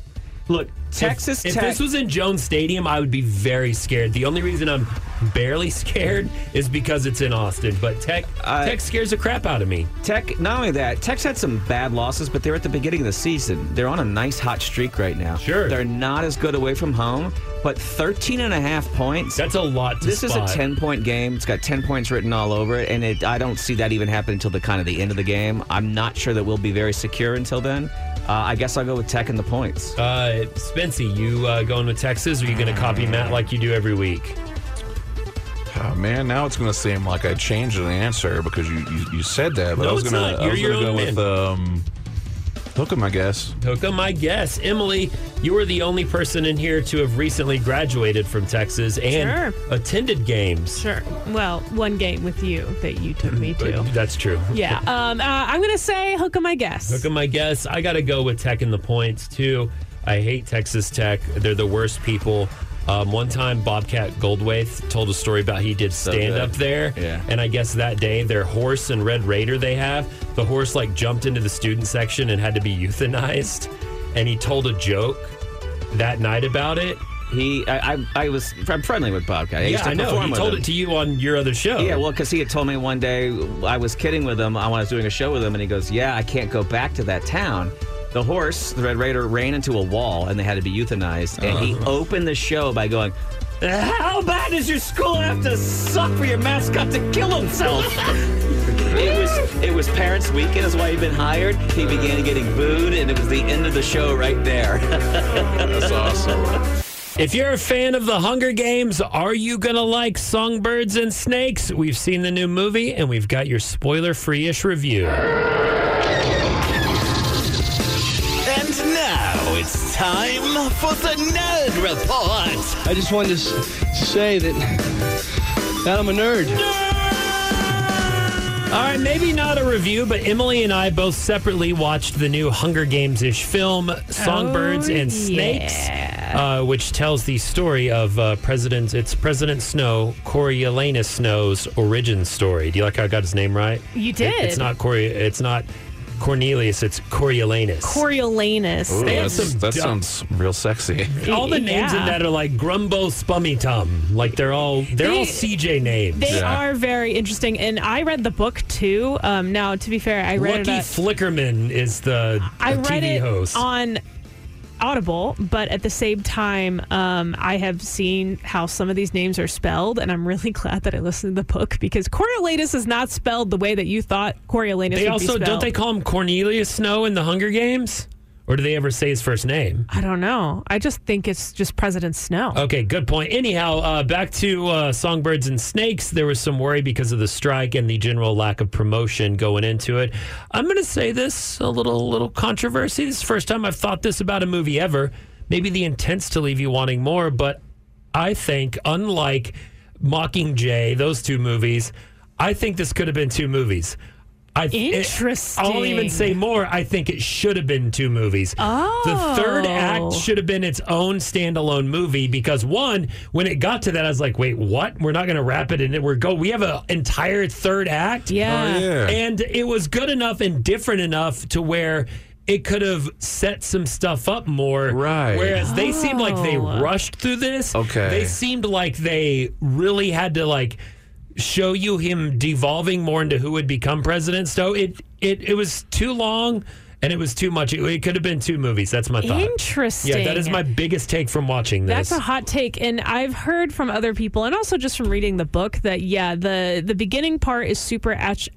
Look, Texas
if,
Tech.
If this was in Jones Stadium, I would be very scared. The only reason I'm barely scared is because it's in Austin. But Tech,
I-
Tech scares the crap out of me.
Tech, not only that, Tech's had some bad losses, but they're at the beginning of the season. They're on a nice hot streak right now.
Sure.
They're not as good away from home, but 13 and a half points.
That's a lot to
this
spot.
is a 10 point game. It's got 10 points written all over it, and it, I don't see that even happening until the kind of the end of the game. I'm not sure that we'll be very secure until then. Uh, I guess I'll go with Tech and the points.
Uh, Spency, you uh, going with Texas, or are you going to copy Matt like you do every week?
Oh, man, now it's going to seem like I changed the answer because you, you, you said that, but
No,
I was
it's
going
not.
to I
You're
was going to
your
go
own
with um, hook 'em, I guess.
Hook 'em, I guess. Emily, you were the only person in here to have recently graduated from Texas and
Sure.
attended games.
Sure. Well, one game with you that you took me
But
to.
That's true.
Yeah. Um, uh, I'm going to say hook 'em, I guess.
Look at my guess. I got to go with Tech and the points, too. I hate Texas Tech. They're the worst people. Um, one time, Bobcat Goldthwait told a story about he did stand
good.
up there.
Yeah.
And I guess that day, their horse and Red Raider they have, the horse like jumped into the student section and had to be euthanized. And he told a joke that night about it.
He, I, I, I was, I'm friendly with Bobcat. I used
Yeah,
to
I know.
perform
He
with
told
him.
it to you on your other show.
Yeah, well, because he had told me one day I was kidding with him. I was doing a show with him, and he goes, "Yeah, I can't go back to that town." The horse, the Red Raider, ran into a wall, and they had to be euthanized. And he opened the show by going, "How bad does your school have to suck for your mascot to kill himself?" It was it was parents' weekend, is why he'd been hired. He began getting booed, and it was the end of the show right there.
That's awesome.
If you're a fan of the Hunger Games, are you going to like Songbirds and Snakes? We've seen the new movie and we've got your spoiler free ish review.
And now it's time for the Nerd Report.
I just wanted to s- say that that I'm a nerd.
All right, maybe not a review, but Emily and I both separately watched the new Hunger Games ish film, Songbirds
Oh,
and Snakes. Uh, which tells the story of uh, President, it's President Snow, Coriolanus Snow's origin story. Do you like how I got his name right?
You
It-
did.
it's not Corey. It's not Cornelius. It's Coriolanus.
Coriolanus.
Ooh,
They had
that's-
some
that
dumb-
sounds real sexy.
all the names
Yeah.
in that are like Grumbo Spummy Tum. Like they're all they're
They-
all CJ names.
They
Yeah.
are very interesting, and I read the book too. Um, now, to be fair, I read
Lucky
it. at-
Flickerman is the
I
the
read
TV
it
host.
on Audible, but at the same time, um, I have seen how some of these names are spelled, and I'm really glad that I listened to the book because Coriolanus is not spelled the way that you thought Coriolanus.
they
would
also
be
don't
spelled.
they call him Cornelius Snow in the Hunger Games? Or do they ever say his first name?
I don't know. I just think it's just President Snow.
Okay, good point. Anyhow, uh, back to uh, Songbirds and Snakes. There was some worry because of the strike and the general lack of promotion going into it. I'm going to say this a little little controversy. This is the first time I've thought this about a movie ever. Maybe the intent's to leave you wanting more, but I think, unlike Mockingjay, those two movies, I think this could have been two movies. I, It, I'll even
Interesting.
say more. I think it should have been two movies. The third act
Oh.
should have been its own standalone movie because one, when it got to that, I was like, "Wait, what? We're not going to wrap it in. We're go. We have an entire third act."
Yeah.
Oh, yeah.
And it was good enough and different enough to where it could have set some stuff up more.
Right. Oh.
Whereas they seemed like they rushed through this.
Okay.
They seemed like they really had to like show you him devolving more into who would become president. So it it it was too long and it was too much. It, it could have been two movies. That's my thought.
Interesting.
Yeah, that is my biggest take from watching this.
That's a hot take, and I've heard from other people, and also just from reading the book that yeah, the the beginning part is super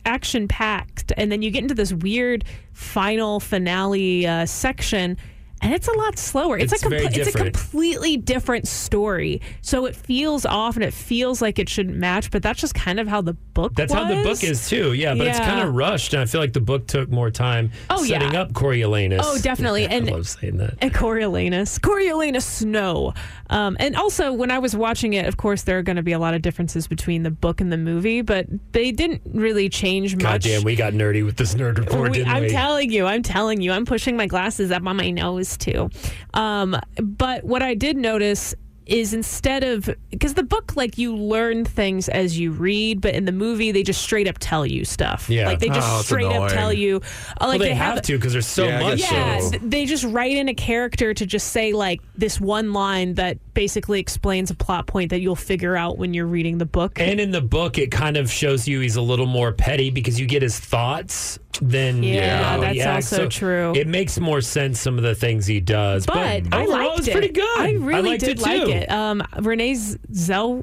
action packed, and then you get into this weird final finale uh, section, and it's a lot slower. It's,
It's
a
very
it's a
different.
completely different story, so it feels off, and it feels like it shouldn't match. But that's just kind of how the book.
That's how the
was.
book is too. Yeah, but it's
Yeah.
kind of rushed, and I feel like the book took more time
Oh, yeah.
setting up Coriolanus.
Oh, definitely, and
I love saying that.
And Coriolanus. Coriolanus Snow. Um, and also, when I was watching it, of course, there are going to be a lot of differences between the book and the movie, but they didn't really change much.
Goddamn, we got nerdy with this nerd report,
We-
didn't
I'm
we?
telling you, I'm telling you, I'm pushing my glasses up on my nose too. Um, but what I did notice is instead of because the book like you learn things as you read, but in the movie they just straight up tell you stuff.
Yeah.
like they just
Oh, that's
straight up
annoying.
tell you. uh,
well,
like
they, have, to because there's so
Yeah, I
much.
guess
Yeah,
so.
th- they just write in a character to just say like this one line that basically explains a plot point that you'll figure out when you're reading the book.
And in the book, it kind of shows you he's a little more petty because you get his thoughts than
Yeah,
how he
that's
acts.
also
So
true.
It makes more sense some of the things he does.
but I
overall,
liked
it's
it.
pretty good.
I really
liked
did
it
like
too.
it. Um, Renee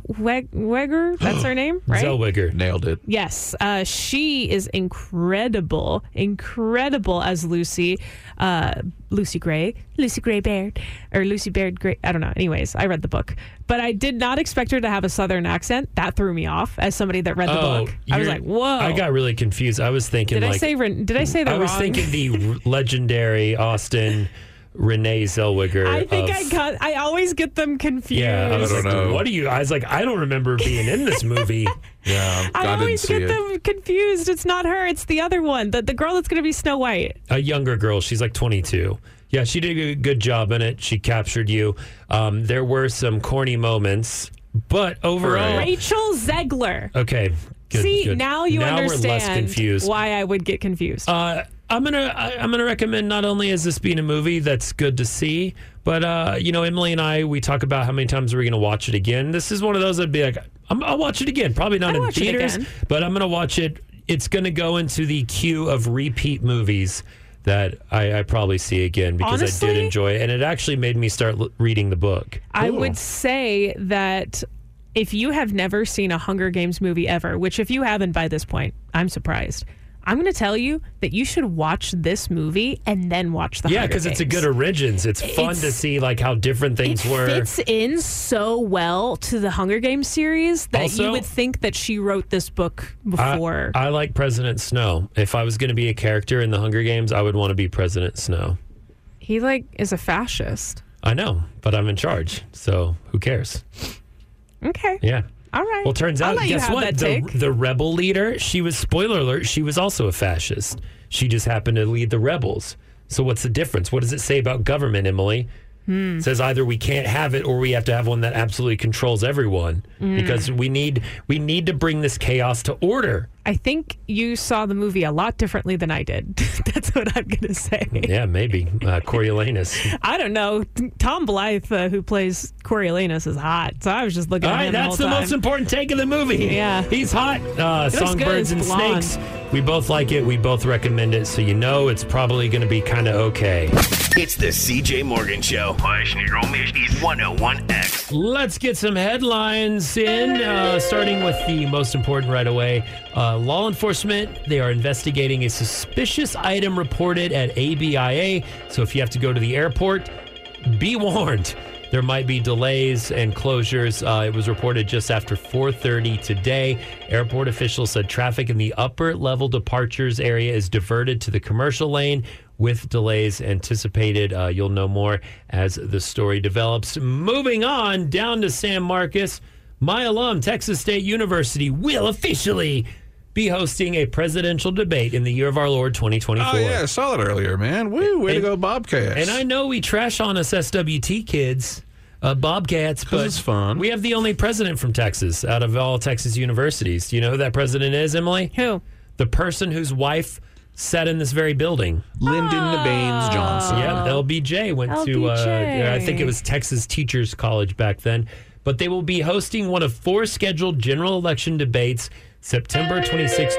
Zellweger, that's her name, right?
Zellweger.
Nailed it.
Yes, uh, she is incredible, incredible as Lucy, uh, Lucy Gray, Lucy Gray Baird, or Lucy Baird Gray. I don't know. Anyways, I read the book, but I did not expect her to have a Southern accent. That threw me off as somebody that read the book. I was
Oh, you're-
like, whoa.
I got really confused. I was thinking
did
like
I say Ren- did I say the
I was
wrong?
thinking the legendary Austin Renee Zellweger.
I think
of-
I got. I always get them confused.
Yeah, I was
I don't
like,
know.
What are you? I was like, I don't remember being in this movie.
Yeah,
I
I didn't
always
see
get
it.
them confused. It's not her. It's the other one. The, the girl that's going to be Snow White.
a younger girl. She's like 22. Yeah, she did a good job in it. She captured you. Um, there were some corny moments, but overall,
Rachel Zegler.
okay. Good,
See,
good.
now you
now
understand
We're less confused.
why I would get confused.
Uh, I'm gonna I, I'm gonna recommend not only is this being a movie that's good to see, but uh, you know Emily and I we talk about how many times are we gonna watch it again. This is one of those I'd be like I'm, I'll watch it again. Probably not
I'd
in
watch it
theaters,
again.
but I'm gonna watch it. It's gonna go into the queue of repeat movies that I, I probably see again because I did
Honestly?
enjoy it, and it actually made me start l- reading the book.
I would say that if you have never seen a Hunger Games movie ever, which if you haven't by this point, I'm surprised. I'm going to tell you that you should watch this movie and then watch the
Yeah,
Hunger
because it's a
Games.
good origins. It's fun to
It's-
see like how different
It
things were.
fits in so well to the Hunger Games series that
Also-
you would think that she wrote this book before.
I like President Snow. If I was going to be a character in the Hunger Games, I would want to be President Snow.
he like is a fascist.
I know, but I'm in charge, so who cares?
Okay.
Yeah.
All right.
Well, turns
I'll
out,
let you
guess
have
what?
that
The,
take.
the rebel leader, she was, spoiler alert, she was also a fascist. She just happened to lead the rebels. So what's the difference? What does it say about government, Emily?
Hmm.
It says either we can't have it or we have to have one that absolutely controls everyone
Hmm.
because we need we need to bring this chaos to order.
I think you saw the movie a lot differently than I did. That's what I'm going to say.
Yeah, maybe uh, Coriolanus.
I don't know. Tom Blythe, uh, who plays Coriolanus, is hot. So I was just looking
All
at
right,
him
that's the,
the whole
most
time.
important take of the movie.
Yeah.
He's hot. Uh,
looks
songbirds
good.
and
He's blonde.
snakes. We both like it. We both recommend it. So you know it's probably going to be kind of okay.
It's the CJ Morgan Show. 101X.
Let's get some headlines in, uh, starting with the most important right away. Uh, law enforcement, they are investigating a suspicious item reported at ABIA. So if you have to go to the airport, be warned. There might be delays and closures. Uh, it was reported just after 4:30 today. Airport officials said traffic in the upper level departures area is diverted to the commercial lane with delays anticipated. Uh, you'll know more as the story develops. Moving on down to San Marcos, my alum, Texas State University, will officially be hosting a presidential debate in the year of our Lord 2024.
Oh yeah, I saw that earlier, man. Woo, way to go, Bobcats!
And I know we trash on us SWT kids, uh, Bobcats, but
it's fun.
We have the only president from Texas out of all Texas universities. Do you know who that president is, Emily?
Who?
The person whose wife sat in this very building.
Lyndon Baines Johnson.
Yeah, LBJ went to,
LBJ.
uh, I think it was Texas Teachers College back then. But they will be hosting one of four scheduled general election debates September 26,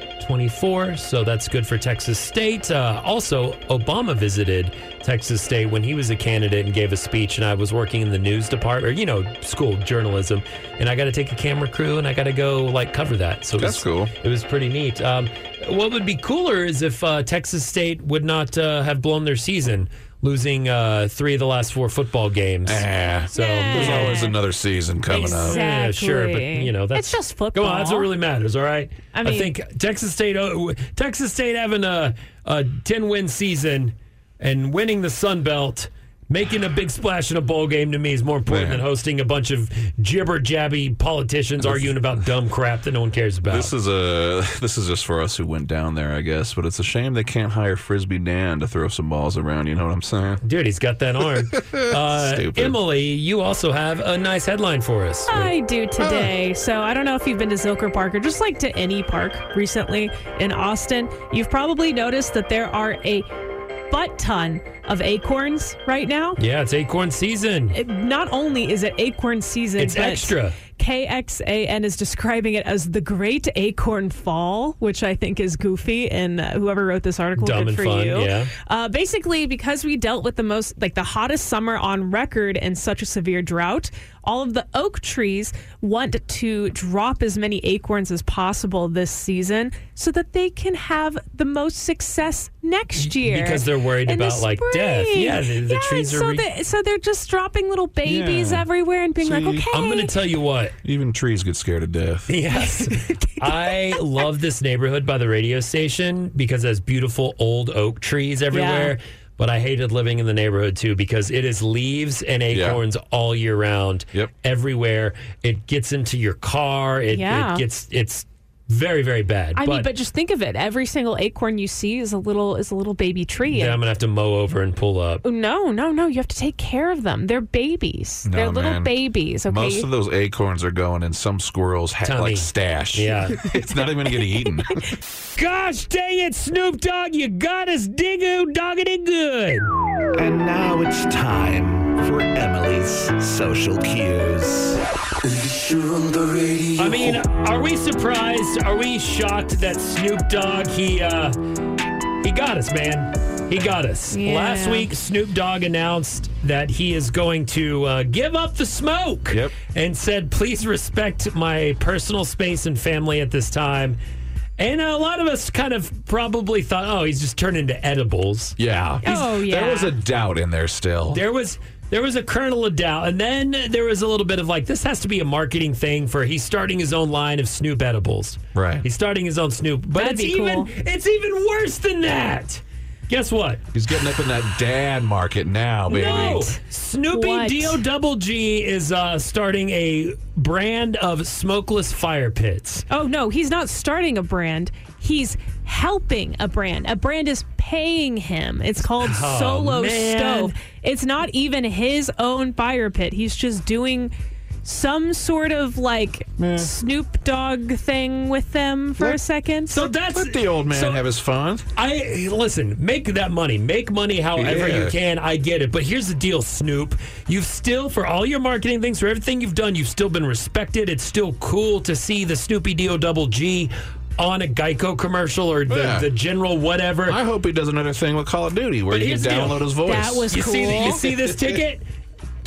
2024. So that's good for Texas State. Uh, also, Obama visited Texas State when he was a candidate and gave a speech. And I was working in the news department, or, you know, school journalism. And I got to take a camera crew and I got to go, like, cover that. So it
That's
was-
cool.
it was pretty neat. Um, what would be cooler is if uh, Texas State would not uh, have blown their season, losing uh, three of the last four football games.
Ah,
So
there's
Yeah.
always another season coming up.
Exactly.
oh, Yeah, sure, but you know that's
It's just
Come on, that's what
football.
really matters. All right, I,
I mean-
think Texas State, uh, w- Texas State having a a ten win season and winning the Sun Belt, Making a big splash in a bowl game to me is more important
Man.
than hosting a bunch of jibber jabby politicians arguing about dumb crap that no one cares about.
This is a this is just for us who went down there, I guess. But it's a shame they can't hire Frisbee Dan to throw some balls around. You know what I'm saying?
Dude, he's got that arm. Uh,
Stupid.
Emily, you also have a nice headline for us.
I do today. So I don't know if you've been to Zilker Park or just like to any park recently in Austin. You've probably noticed that there are a butt ton of acorns right now.
Yeah, it's acorn season.
It- not only is it acorn season,
It's
but
extra.
KXAN is describing it as the Great Acorn Fall, which I think is goofy. And uh, whoever wrote this article,
Dumb
good
and
for
fun,
you.
yeah.
Uh, basically, because we dealt with the most, like the hottest summer on record and such a severe drought, all of the oak trees want to drop as many acorns as possible this season so that they can have the most success next
Y-
year.
because they're worried
in the
about, like, death.
spring.
Yeah, the- the
Yeah,
trees are
so
re-
they- so they're just dropping little babies
Yeah.
everywhere and being like,
See,
okay.
I'm going to tell you what.
Even trees get scared to death.
Yes. I love this neighborhood by the radio station because there's beautiful old oak trees everywhere. But I hated living in the neighborhood too because it is leaves and acorns all year round.
Yep.
Everywhere. It gets into your car. It,
Yeah.
it gets, it's very, very bad.
I
but
mean, but just think of it. Every single acorn you see is a little is a little baby tree.
then
and oh,
I'm going to have to mow over and pull up.
No, no, no. You have to take care of them. They're babies.
No,
They're little
man.
babies. Okay.
Most of those acorns are going in some squirrel's ha-
Tummy.
like stash.
Yeah.
it's not even getting eaten.
Gosh dang it, Snoop Dogg, you got us dingo doggity good.
And now it's time for Emily's social cues.
I mean, are we surprised? Are we shocked that Snoop Dogg he uh he got us, man. He got us.
Yeah.
Last week, Snoop Dogg announced that he is going to uh, give up the smoke
Yep.
and said, please respect my personal space and family at this time. And a lot of us kind of probably thought, oh, he's just turned into edibles.
Yeah.
Oh, yeah.
There was a doubt in there still.
There was there was a kernel of doubt, and then there was a little bit of like this has to be a marketing thing for he's starting his own line of Snoop edibles.
Right.
He's starting his own Snoop, but
That'd
it's
be
even
cool.
it's even worse than that. Guess what?
He's getting up in that dad market now, baby.
No, Snoopy
What?
Do Double G is uh, starting a brand of smokeless fire pits.
oh no, he's not starting a brand. He's helping a brand. A brand is paying him. It's called
Oh,
Solo
man.
Stove. It's not even his own fire pit. He's just doing some sort of like Snoop Dogg thing with them for a second.
So that's
Let the old man
so
have his fun.
I listen, make that money. Make money however
Yeah.
you can. I get it. But here's the deal, Snoop. You've still for all your marketing things, for everything you've done, you've still been respected. It's still cool to see the Snoopy D O double G on a Geico commercial or the,
Yeah.
the general whatever.
I hope he does another thing with Call of Duty where
But
you can
here's the deal.
download his voice.
That was
you see
cool.
you see this ticket?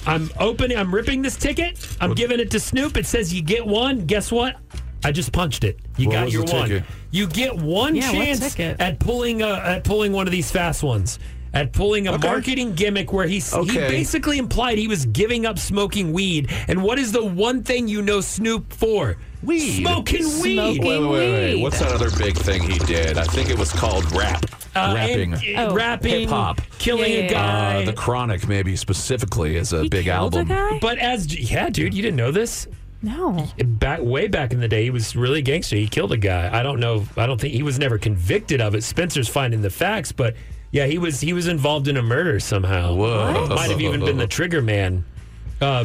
I'm opening I'm ripping this ticket. I'm giving it to Snoop. It says you get one. Guess what? I just punched it. You
What
got
was
your
the
one.
ticket?
You get one
Yeah, what
chance
ticket?
at pulling a, at pulling one of these fast ones. At pulling a marketing gimmick where he s he
Okay.
basically implied he was giving up smoking weed. And what is the one thing you know Snoop for?
Weed.
Smoking weed.
Smoking
Wait, wait, wait,
weed.
wait. What's that other big thing he did? I think it was called rap.
Uh,
Rapping.
and, uh,
Oh.
rapping,
Hip-hop.
killing
Yeah,
a
yeah, yeah.
guy.
Uh, the Chronic, maybe specifically, is a
He
big
killed a
album.
guy?
but as yeah, dude, you didn't know this.
no.
back way back in the day, he was really gangster. He killed a guy. I don't know. I don't think he was never convicted of it. Spencer's finding the facts, but yeah, he was he was involved in a murder somehow.
Whoa.
Might have even been the trigger man.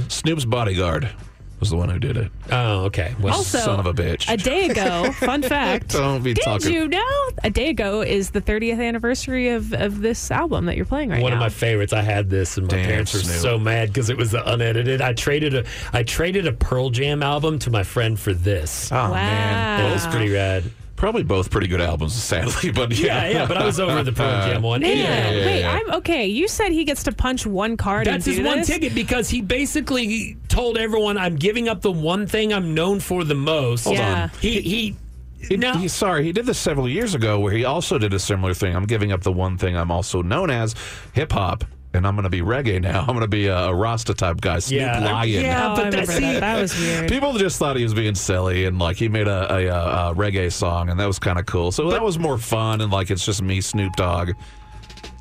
Snoop's bodyguard was the one who did it.
Oh, okay. Well,
Also,
Son of a bitch.
A day ago, fun fact.
Don't be
did
talking-
you know? A day ago is the 30th anniversary of, of this album that you're playing right
one
now.
of my favorites. I had this, and my
Damn,
parents were
Snoop.
so mad because it was the unedited. I traded a I traded a Pearl Jam album to my friend for this.
Oh,
Wow.
man.
It was pretty rad.
Probably both pretty good albums, sadly, but
Yeah,
yeah.
yeah. But I was over the Pearl Jam one.
Man,
Anyhow.
yeah,
wait,
yeah.
I'm okay. You said he gets to punch one card.
That's
and
his
do
one
this?
ticket because he basically told everyone, "I'm giving up the one thing I'm known for the most."
Hold Yeah. on.
He he.
He-
now,
he- sorry, he did this several years ago where he also did a similar thing. I'm giving up the one thing I'm also known as hip hop, and I'm going to be reggae now. I'm going to be a, a Rasta type guy, Snoop
Yeah.
Lion.
Yeah.
Oh,
but
I remember
that's-
that. That was weird.
People just thought he was being silly, and like he made a, a, a, a reggae song, and that was kind of cool. So that was more fun, and like it's just me, Snoop Dogg,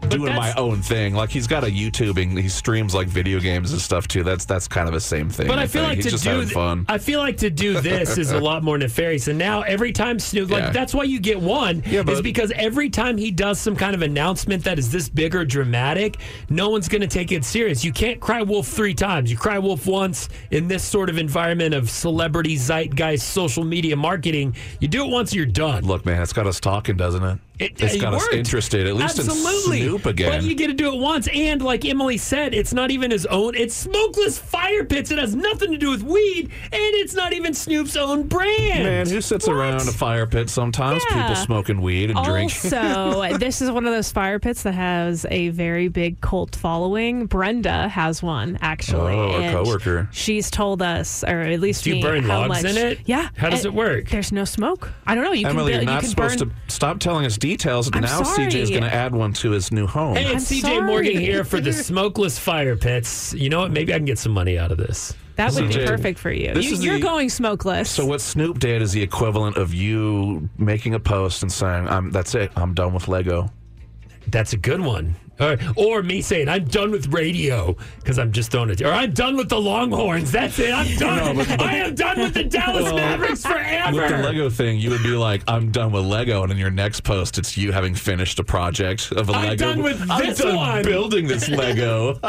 doing my
that's-
own thing. Like he's got a YouTubing, he streams like video games and stuff too. That's that's kind of the same thing.
But I feel
think.
like
he's
to
just
do
having
th-
fun.
I feel like to do this is a lot more nefarious. And now every time Snoop, like
Yeah.
that's why you get one,
Yeah,
is
but-
because every time he does some kind of announcement that is this big or dramatic, no one's going to take it serious. You can't cry wolf three times. You cry wolf once in this sort of environment of celebrity zeitgeist, social media marketing. You do it once, you're done.
Look, man, it's got us talking, doesn't it?
It,
has
it
got us
worked.
interested, at least
Absolutely.
in Snoop again.
But you get to do it once, and like Emily said, it's not even his own. It's smokeless fire pits. It has nothing to do with weed, and it's not even Snoop's own brand.
Man, who sits around a fire pit sometimes?
Yeah.
People smoking weed and drinking.
Also, this is one of those fire pits that has a very big cult following. Brenda has one actually.
Oh, our
and
coworker.
She's told us, or at least
Do you
me,
burn
how
logs
much-
in it?
Yeah.
How does it work?
There's no smoke. I don't know. You
Emily,
can,
you're
bu-
not
you can
supposed
burn,
to stop telling us details.
I'm
now
sorry.
CJ is going to add one to his new home.
Hey, it's
I'm
CJ
sorry.
Morgan here for the smokeless fire pits. You know what? Maybe I can get some money out of this.
That would be
CJ,
perfect for you.
this
you
is
you're
the-
going smokeless.
So what Snoop did is the equivalent of you making a post and saying, "I'm that's it. I'm done with Lego."
That's a good one. Or, or me saying, I'm done with radio because I'm just throwing it. Or I'm done with the Longhorns. That's it. I'm done. I am done with the Dallas Mavericks forever.
With the Lego thing, you would be like, "I'm done with Lego," and in your next post, it's you having finished a project of a
I'm
Lego.
done with
I'm
this
done
one."
building this Lego.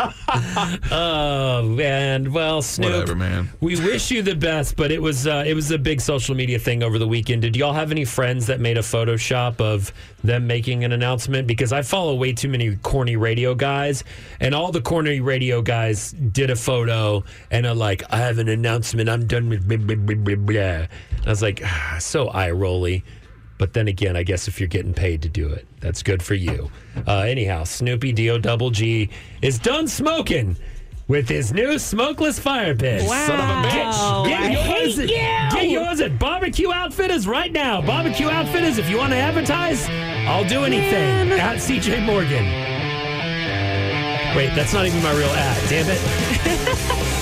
Oh man, well Snoop,
Whatever, man.
We wish you the best, but it was uh, it was a big social media thing over the weekend. Did y'all have any friends that made a Photoshop of them making an announcement? Because I follow way too many corny radio guys, and all the corny radio guys did a photo and are like, "I have an announcement. I'm done with blah blah blah blah." blah." And I was like, ah, so eye rolly. But then again, I guess if you're getting paid to do it, that's good for you. Uh, anyhow, Snoopy Do Double G is done smoking with his new smokeless fire pit.
wow.
son of a bitch.
Get yours, get yours at Barbecue Outfitters right now. Barbecue Outfitters, if you want to advertise, I'll do anything. At CJ Morgan. Wait, that's not even my real ad. Damn it.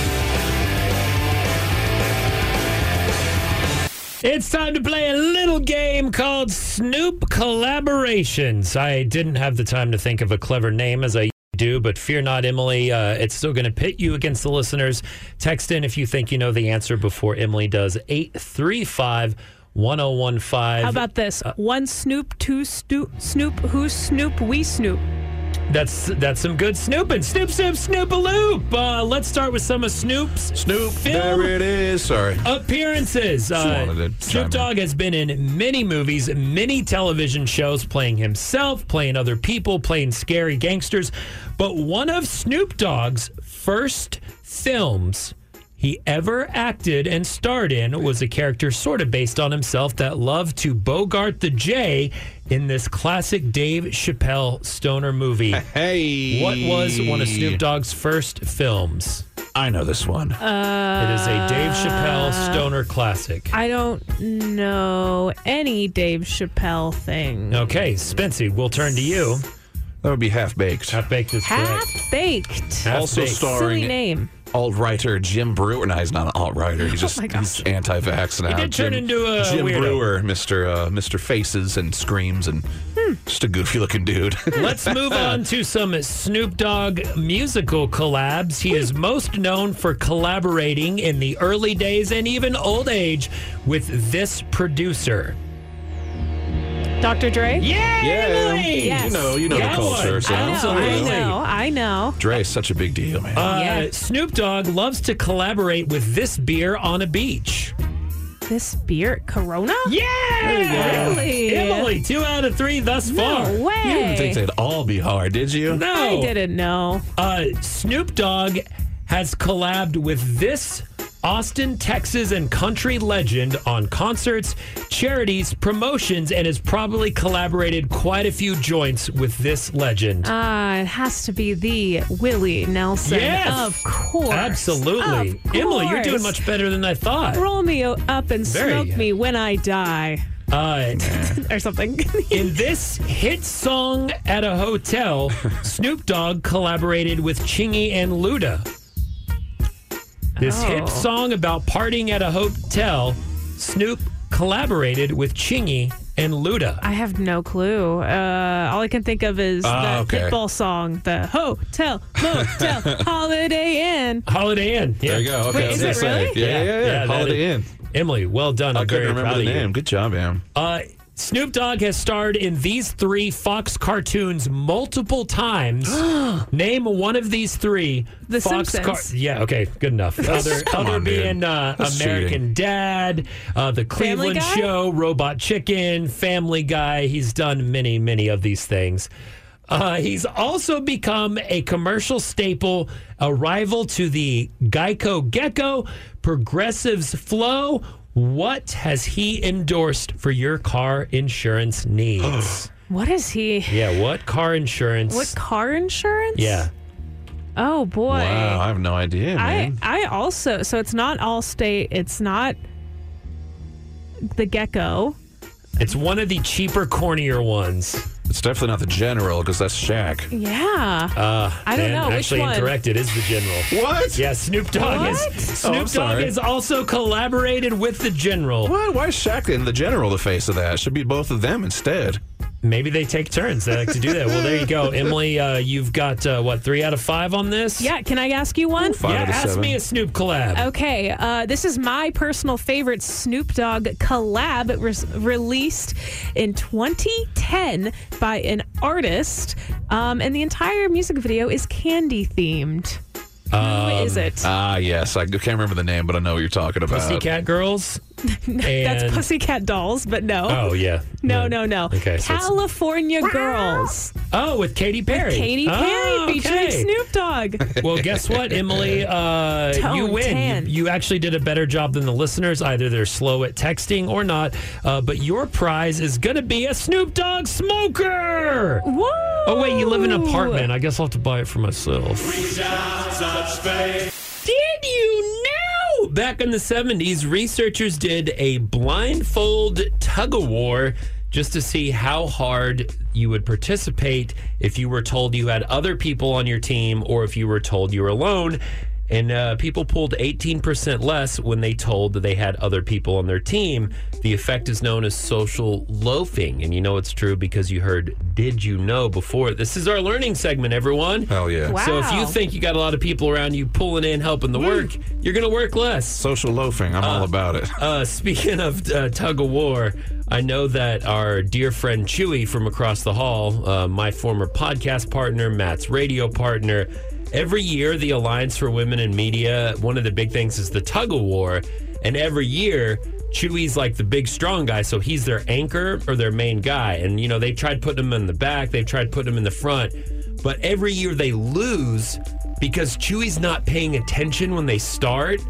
It's time to play a little game called Snoop Collaborations. I didn't have the time to think of a clever name as I do, but fear not, Emily. Uh, it's still going to pit you against the listeners. Text in if you think you know the answer before Emily does. 835 1015.
How about this? One Snoop, two Snoop, Snoop, who Snoop, we Snoop.
That's that's some good snooping. Snoop, snoop, snoop a loop. Uh, let's start with some of Snoop's
Snoop,
Film.
there it is. Sorry.
appearances. Uh,
wanted to chime
Snoop
in.
Dogg has been in many movies, many television shows, playing himself, playing other people, playing scary gangsters. But one of Snoop Dogg's first films he ever acted and starred in was a character sort of based on himself that loved to Bogart the J in this classic Dave Chappelle stoner movie.
Hey,
What was one of Snoop Dogg's first films?
I know this one.
Uh. It is a Dave Chappelle stoner classic.
I don't know any Dave Chappelle thing.
Okay, Spency, we'll turn to you.
that would be half baked.
Half baked is
Half
correct.
baked.
Half
also
Baked.
starring
Silly name.
alt writer Jim Brewer. No, he's not an alt writer.
Oh
He's just
my gosh.
he's anti-vax now.
did turn into a
Jim
weirdo.
Brewer, Mister uh, Mister Faces and Screams, and
Hmm.
just a goofy-looking dude.
Let's move on to some Snoop Dogg musical collabs. He is most known for collaborating in the early days and even old age with this producer.
Dr. Dre?
Yeah,
Yes.
you know, you know
That
the culture.
one.
So.
I know, I
Absolutely.
know, I know.
Dre's such a big deal, man.
Uh,
Yeah.
Snoop Dogg loves to collaborate with this beer on a beach.
This beer, Corona?
Yeah,
Really?
Emily, two out of three thus
No
far.
way.
you didn't think they'd all be hard, did you?
No,
I didn't know.
uh, Snoop Dogg has collabed with this Austin, Texas, and country legend on concerts, charities, promotions, and has probably collaborated quite a few joints with this legend.
Uh, it has to be the Willie Nelson.
Yes.
Of course.
Absolutely.
Of
Emily, you're doing
course.
much better than I thought.
Roll me o- up and
Very.
smoke me when I die.
Uh,
Or something.
in this hit song at a hotel, Snoop Dogg collaborated with Chingy and Luda. This
Oh.
hit song about partying at a hotel, Snoop collaborated with Chingy and Luda?
I have no clue. Uh, all I can think of is
Ah,
the
okay.
Pitbull song, the Hotel Motel Holiday Inn.
Holiday Inn. Yeah.
There you go. Okay,
Wait,
I was
is
gonna
it
say.
really?
Yeah, yeah, yeah.
that
Holiday
is-
Inn.
Emily, well done. I'm
I couldn't
very proud
remember the
of you.
name. Good job, Am.
Uh, Snoop Dogg has starred in these three Fox cartoons multiple times. Name one of these three.
The
Fox
Simpsons.
yeah, okay, good enough. Other,
come
other
on, dude.
being uh,
That's
American
cheating.
Dad, uh, The
Family
Cleveland
Guy?
Show, Robot Chicken, Family Guy. He's done many, many of these things. Uh, he's also become a commercial staple, a rival to the Geico Gecko, Progressive's Flow. What has he endorsed for your car insurance needs?
What is he?
yeah, what car insurance?
What car insurance?
yeah,
Oh boy.
Wow, I have no idea,
I
man.
I also so it's not Allstate. It's not the Gecko.
it's one of the cheaper, cornier ones.
it's definitely not the general because that's Shaq.
Yeah.
Uh,
Ah,
I don't
and
know, which
Actually,
one?
incorrect. It is the general.
What?
Yeah, Snoop Dogg is.
What?
Oh, I'm
Snoop Dogg
sorry.
has also collaborated with the general.
What? Why is Shaq in the general the face of that? Should be both of them instead.
Maybe they take turns. They like to do that. Well, there you go, Emily. Uh, you've got uh, what three out of five on this?
Yeah. Can I ask you one?
Five
yeah.
out of
Ask
seven.
me a Snoop collab.
Okay, uh, this is my personal favorite Snoop Dogg collab. It was released in 2010 by an artist, um, and the entire music video is candy themed.
Um,
Who is it?
Ah, yes. I can't remember the name, but I know what you're talking about.
Pussycat Girls.
That's
and-
Pussycat Dolls, but no.
Oh yeah.
No, no, no.
Okay. So it's-
California Girls.
oh, with Katy Perry.
Katy Perry
Oh,
featuring
okay.
Snoop Dogg.
Well, guess what, Emily? Uh, you
Tone
win.
tan.
You, you actually did a better job than the listeners. Either they're slow at texting or not. Uh, but your prize is going to be a Snoop Dogg smoker.
Whoa!
Oh, wait, you live in an apartment. I guess I'll have to buy it for myself. Did you know? Back in the 70s, researchers did a blindfold tug of war just to see how hard you would participate if you were told you had other people on your team or if you were told you were alone. And uh, people pulled 18% less when they told that they had other people on their team. The effect is known as social loafing. And you know it's true because you heard, did you know before? This is our learning segment, everyone.
Hell yeah.
Wow.
So if you think you got a lot of people around you pulling in, helping the work, you're going to work less.
Social loafing. I'm all about it. Oh,
Uh, speaking of uh, tug of war, I know that our dear friend Chewy from across the hall, uh, my former podcast partner, Matt's radio partner, every year the Alliance for Women in Media, one of the big things is the tug of war. And every year, Chewy's like the big strong guy, so he's their anchor or their main guy. And, you know, they tried putting him in the back, they've tried putting him in the front, but every year they lose because Chewy's not paying attention when they start.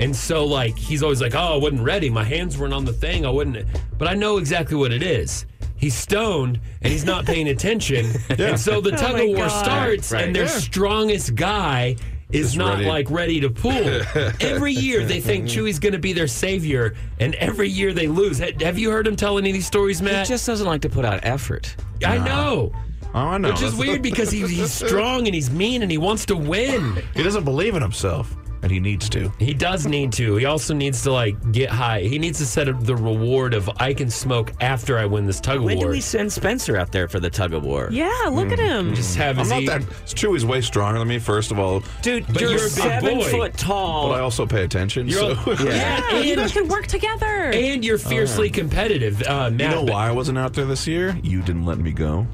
And so, like, he's always like, oh, I wasn't ready. My hands weren't on the thing. I wouldn't. But I know exactly what it is. He's stoned and he's not paying attention. And so the tug
my
of war
God.
starts,
Right, right.
and their
Yeah.
strongest guy is
Is
not
ready. Mm-hmm.
like ready to pull. every year they think Chewie's going to be their savior, and every year they lose. Ha- Have you heard him tell any of these stories,
He
Matt?
just doesn't like to put out effort.
I know.
oh, I know.
Which is
That's-
weird because he, he's strong and he's mean and he wants to win.
He doesn't believe in himself, and he needs to.
He does need to. He also needs to like get high. He needs to set up the reward of I can smoke after I win this tug of
When
war.
do we send Spencer out there for the tug of war?
Yeah, look at him.
Hmm. just have
I'm
his
not
eat-
that. Chewie's way stronger than me, first of all.
Dude,
But
you're,
you're a big
seven
boy.
foot tall.
But I also pay attention.
You're
So.
all- yeah,
Yeah, you
and,
guys can work together.
and you're fiercely competitive. Uh, Matt,
You know why I wasn't out there this year? You didn't let me go.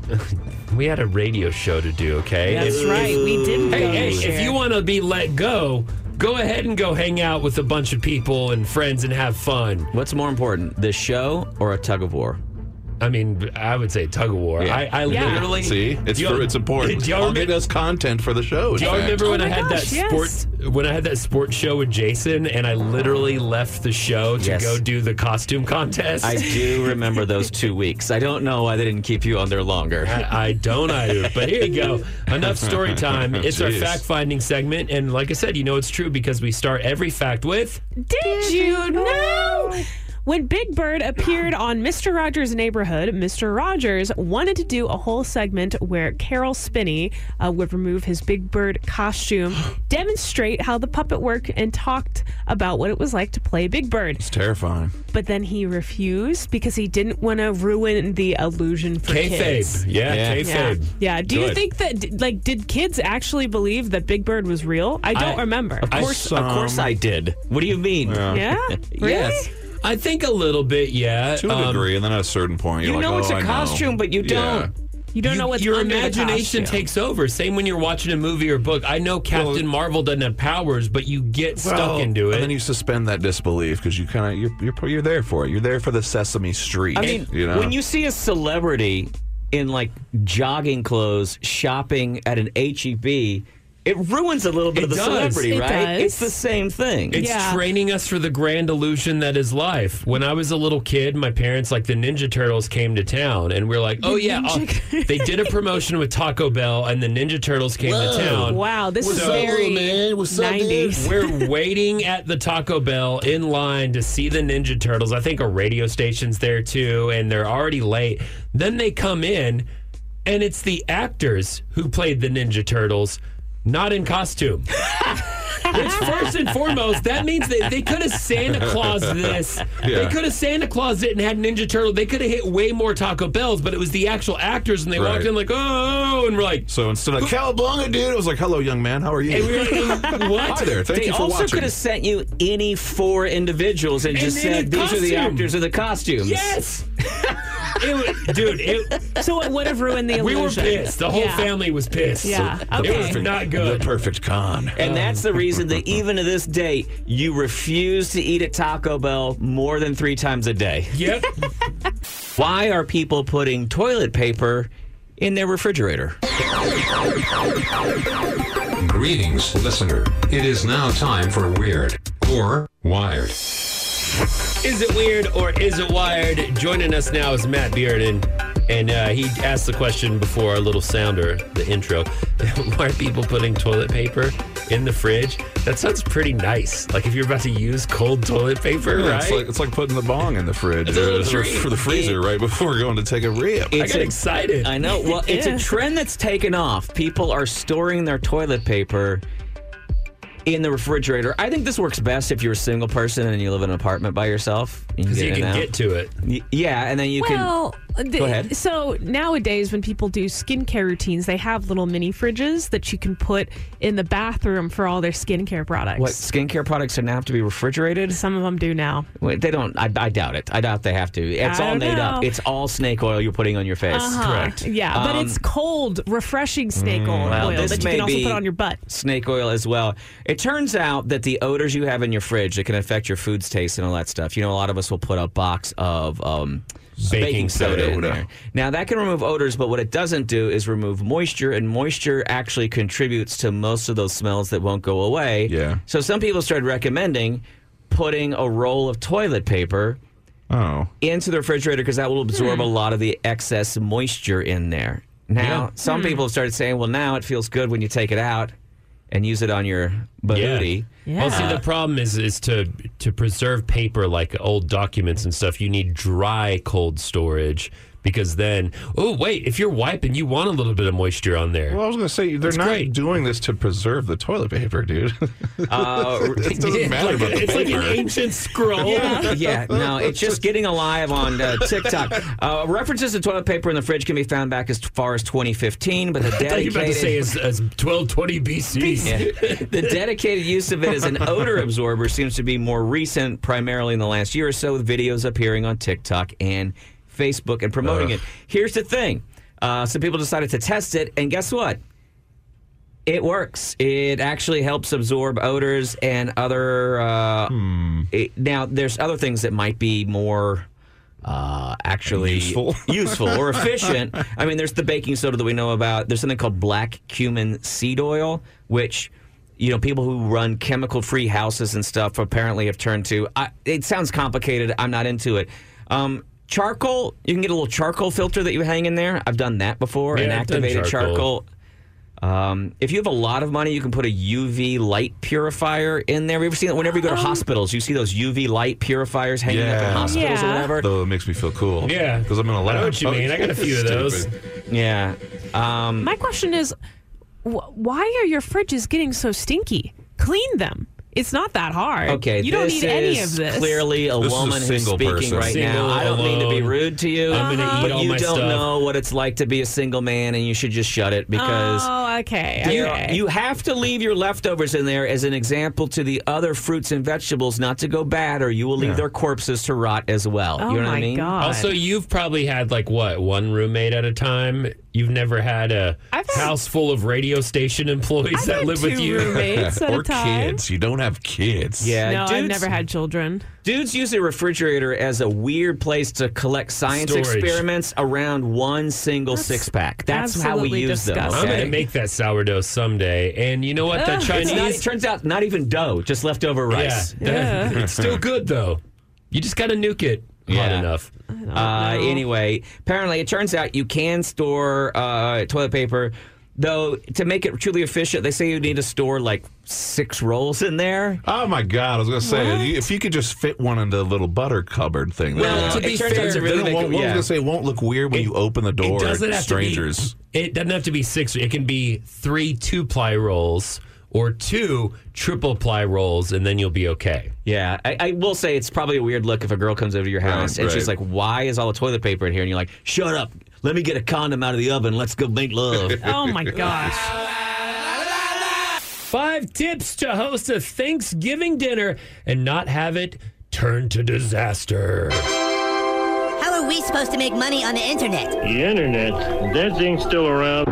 We had a radio show to do. Okay.
That's right. We did.
Hey,
go
hey,
this
if
year.
you want to be let go, go ahead and go hang out with a bunch of people and friends and have fun.
What's more important, this show or a tug of war?
I mean, I would say tug of war.
Yeah.
I, I
Yeah.
literally
See, it's
Do
for,
y'all-
it's important.
Do y'all
I'll
remember-
get us content for the show. in
Do y'all
fact.
remember when
Oh
I
my
had
gosh,
that
yes.
sport when I had that sports show with Jason and I literally left the show to
Yes.
go do the costume contest?
I do remember those two weeks. I don't know why they didn't keep you on there longer.
I don't either. But here you go. Enough story time. It's our
Jeez.
fact finding segment. And like I said, you know it's true because we start every fact with
Did you know? When Big Bird appeared on Mr. Rogers' Neighborhood, Mr. Rogers wanted to do a whole segment where Carol Spinney uh, would remove his Big Bird costume, demonstrate how the puppet worked, and talked about what it was like to play Big Bird.
It's terrifying.
But then he refused because he didn't want to ruin the illusion for kids.
Kayfabe. Yeah,
Yeah.
Yeah.
kayfabe.
yeah. Do you
Good.
think that d- like did kids actually believe that Big Bird was real? I don't
I-
remember.
Of course, of course, I did. What do you mean?
Yeah. Really?
Yes.
I think a little bit, yeah.
To a
Um,
degree, and then at a certain point, you're
you
like,
know
oh,
it's a
I
costume, but you
Yeah.
don't.
You don't know what's
your
under the
imagination
costume.
takes over. Same when you're watching a movie or book. I know Captain Marvel doesn't have powers, but you get stuck
Well,
into
and then
it.
you suspend that disbelief because you kind of you're, you're you're there for it. You're there for the Sesame Street.
I mean,
you know,
when you see a celebrity in like jogging clothes shopping at an HEB, it ruins a little bit
It
of the
does.
celebrity,
It
right?
does.
It's the same thing.
It's
Yeah.
training us for the grand illusion that is life. When I was a little kid, my parents, like the Ninja Turtles, came to town, and we're like, "Oh yeah,
Ninja-
oh, they did a promotion with Taco Bell, and the Ninja Turtles came to town."
Wow, this is very 90s.
We're waiting at the Taco Bell in line to see the Ninja Turtles. I think a radio station's there too, and they're already late. Then they come in, and it's the actors who played the Ninja Turtles, not in costume. Which, first and foremost, that means that they could have Santa Claus this. They
Yeah.
could have Santa Claus it and had Ninja Turtle. They could have hit way more Taco Bells, but it was the actual actors, and they walked
Right.
in like, oh, and we're like,
so instead of Cowabunga, dude, it was like, hello, young man, how are you?
and we were like what?
Hi there, thank
they
you for
also could
watching.
have sent you any four individuals and,
And
just
in a
said these are the
costume."
actors of the costumes.
Yes. it, wa- dude, it,
So it would have ruined the
we
illusion.
were pissed. The whole
Yeah.
family was pissed.
Yeah.
It
Okay.
was not
The
good.
perfect con.
And that's the reason that even to this day, you refuse to eat at Taco Bell more than three times a day.
Yep.
Why are people putting toilet paper in their refrigerator?
Greetings, listener. It is now time for Weird or Wired.
Is it weird or is it wired? Joining us now is Matt Bearden. And uh, he asked the question before our little sounder, the intro. Why are people putting toilet paper in the fridge? That sounds pretty nice. Like if you're about to use cold toilet paper,
Yeah,
right?
It's like it's like putting the bong in the fridge
It's a little
or, or
treat.
for the freezer right before going to take a rip.
I got excited.
I know. Well, it's
Yeah.
a trend that's taken off. People are storing their toilet paper in the refrigerator. I think this works best if you're a single person and you live in an apartment by yourself. You can
Because
get
you
in
can
and
get to it.
out. Y- Yeah, and then you
Well, the-
Go ahead.
so nowadays when people do skincare routines, they have little mini fridges that you can put in the bathroom for all their skincare products.
can. What skincare products are now have to be refrigerated?
Some of them do now.
Wait, They don't. I, I doubt it. I doubt they have to. It's
I
all
don't
made up.
know. Uh-huh.
It's all snake oil you're putting on your face.
Correct. Yeah, but
Um,
it's cold, refreshing snake oil,
well,
oil
this
that you can
may
also
be-
put on your butt.
Snake oil as well. It turns out that the odors you have in your fridge that can affect your food's taste and all that stuff. You know, a lot of us will put a box of um, baking, soda, in
soda.
there. Now that can remove odors, but what it doesn't do is remove moisture, and moisture actually contributes to most of those smells that won't go away.
Yeah.
So some people started recommending putting a roll of toilet paper
Oh.
into the refrigerator because that will absorb a lot of the excess moisture in there. Now, some people have started saying, well, now it feels good when you take it out and use it on your booty.
Yeah.
Well, see, the problem is is to to preserve paper like old documents and stuff. You need dry cold storage because then, oh wait, if you're wiping, you want a little bit of moisture on there.
Well, I was gonna say they're not
great.
doing this to preserve the toilet paper, dude.
Uh,
it doesn't matter about the
it's like
paper.
an ancient scroll.
yeah, no, it's just getting alive on uh, TikTok. Uh, references to toilet paper in the fridge can be found back as far as 2015, but the
I thought you
dedicated,
were about to say is, is 1220 BC.
the dedicated use of it as an odor absorber seems to be more recent, primarily in the last year or so, with videos appearing on TikTok and Facebook and promoting it. Here's the thing uh, some people decided to test it, and guess what? It works. It actually helps absorb odors and other. Uh, it- now, there's other things that might be more. Uh, actually
Useful.
useful or efficient. I mean, there's the baking soda that we know about. There's something called black cumin seed oil, which you know people who run chemical-free houses and stuff apparently have turned to. I, it sounds complicated. I'm not into it. Um, charcoal, you can get a little charcoal filter that you hang in there. I've done that before and
Yeah, I've done
activated
charcoal.
charcoal. Um, if you have a lot of money, you can put a UV light purifier in there. Have you ever seen that? Whenever you go to hospitals, you see those UV light purifiers hanging up in
Yeah.
hospitals
Um,
or
Yeah.
whatever.
Though it makes me feel cool.
Yeah.
Because I'm in a lab.
I know what you mean. I got a few of those.
Stupid.
Yeah. Um,
My question is, wh- why are your fridges getting so stinky? Clean them. It's not that hard.
okay.
you don't
this
need any
is
of this.
Clearly, a
This is a
woman who's
single
speaking
person.
right
Single,
now. I don't mean to be
alone.
rude to you.
I'm gonna eat
but
all
you
my
don't
stuff.
know what it's like to be a single man, and you should just shut it because.
oh, okay.
You,
okay.
you have to leave your leftovers in there as an example to the other fruits and vegetables not to go bad, or you will leave their corpses to rot as well.
oh
you know
my
what I mean?
god.
Also, you've probably had like what one roommate at a time. You've never had a
I've had-
house full of radio station employees
I've
that
had
live
two
with you.
roommates at
or
a time.
kids. You don't have kids.
Yeah,
No, I've
Uh, dudes-
never had children.
Dudes use the refrigerator as a weird place to collect science
Storage.
experiments around one single six pack. That's how we
absolutely
use
disgusting.
I'm
them.
gonna
Okay?
make that sourdough someday, and you know what? That
Ugh.
It's
Chinese
not, it turns out not even dough, just leftover
Yeah,
rice.
that- it's still good though. You just gotta nuke it hot
Yeah.
enough.
Uh,
know.
anyway, apparently it turns out you can store uh, toilet paper, though to make it truly efficient, they say you need to store like six rolls in there.
Oh my God! I was gonna say you- if you could just fit one into the little butter cupboard thing.
Well,
there.
to be
It
fair-
turns out it really
Then Uh, it
won't- what
won't-
I was
yeah.
gonna say it won't look weird when you open the door.
It doesn't have
strangers.
to be. It doesn't have to be six. It can be three two ply rolls or two triple ply rolls, and then you'll be okay.
Yeah, I, I will say it's probably a weird look if a girl comes over to your house
Right,
and she's
right.
like, "Why is all the toilet paper in here?" And you're like, "Shut up! Let me get a condom out of the oven. Let's go make love."
Oh my gosh.
Five tips to host a Thanksgiving dinner and not have it turn to disaster.
How are we supposed to make money on the internet?
The internet, that thing's still around.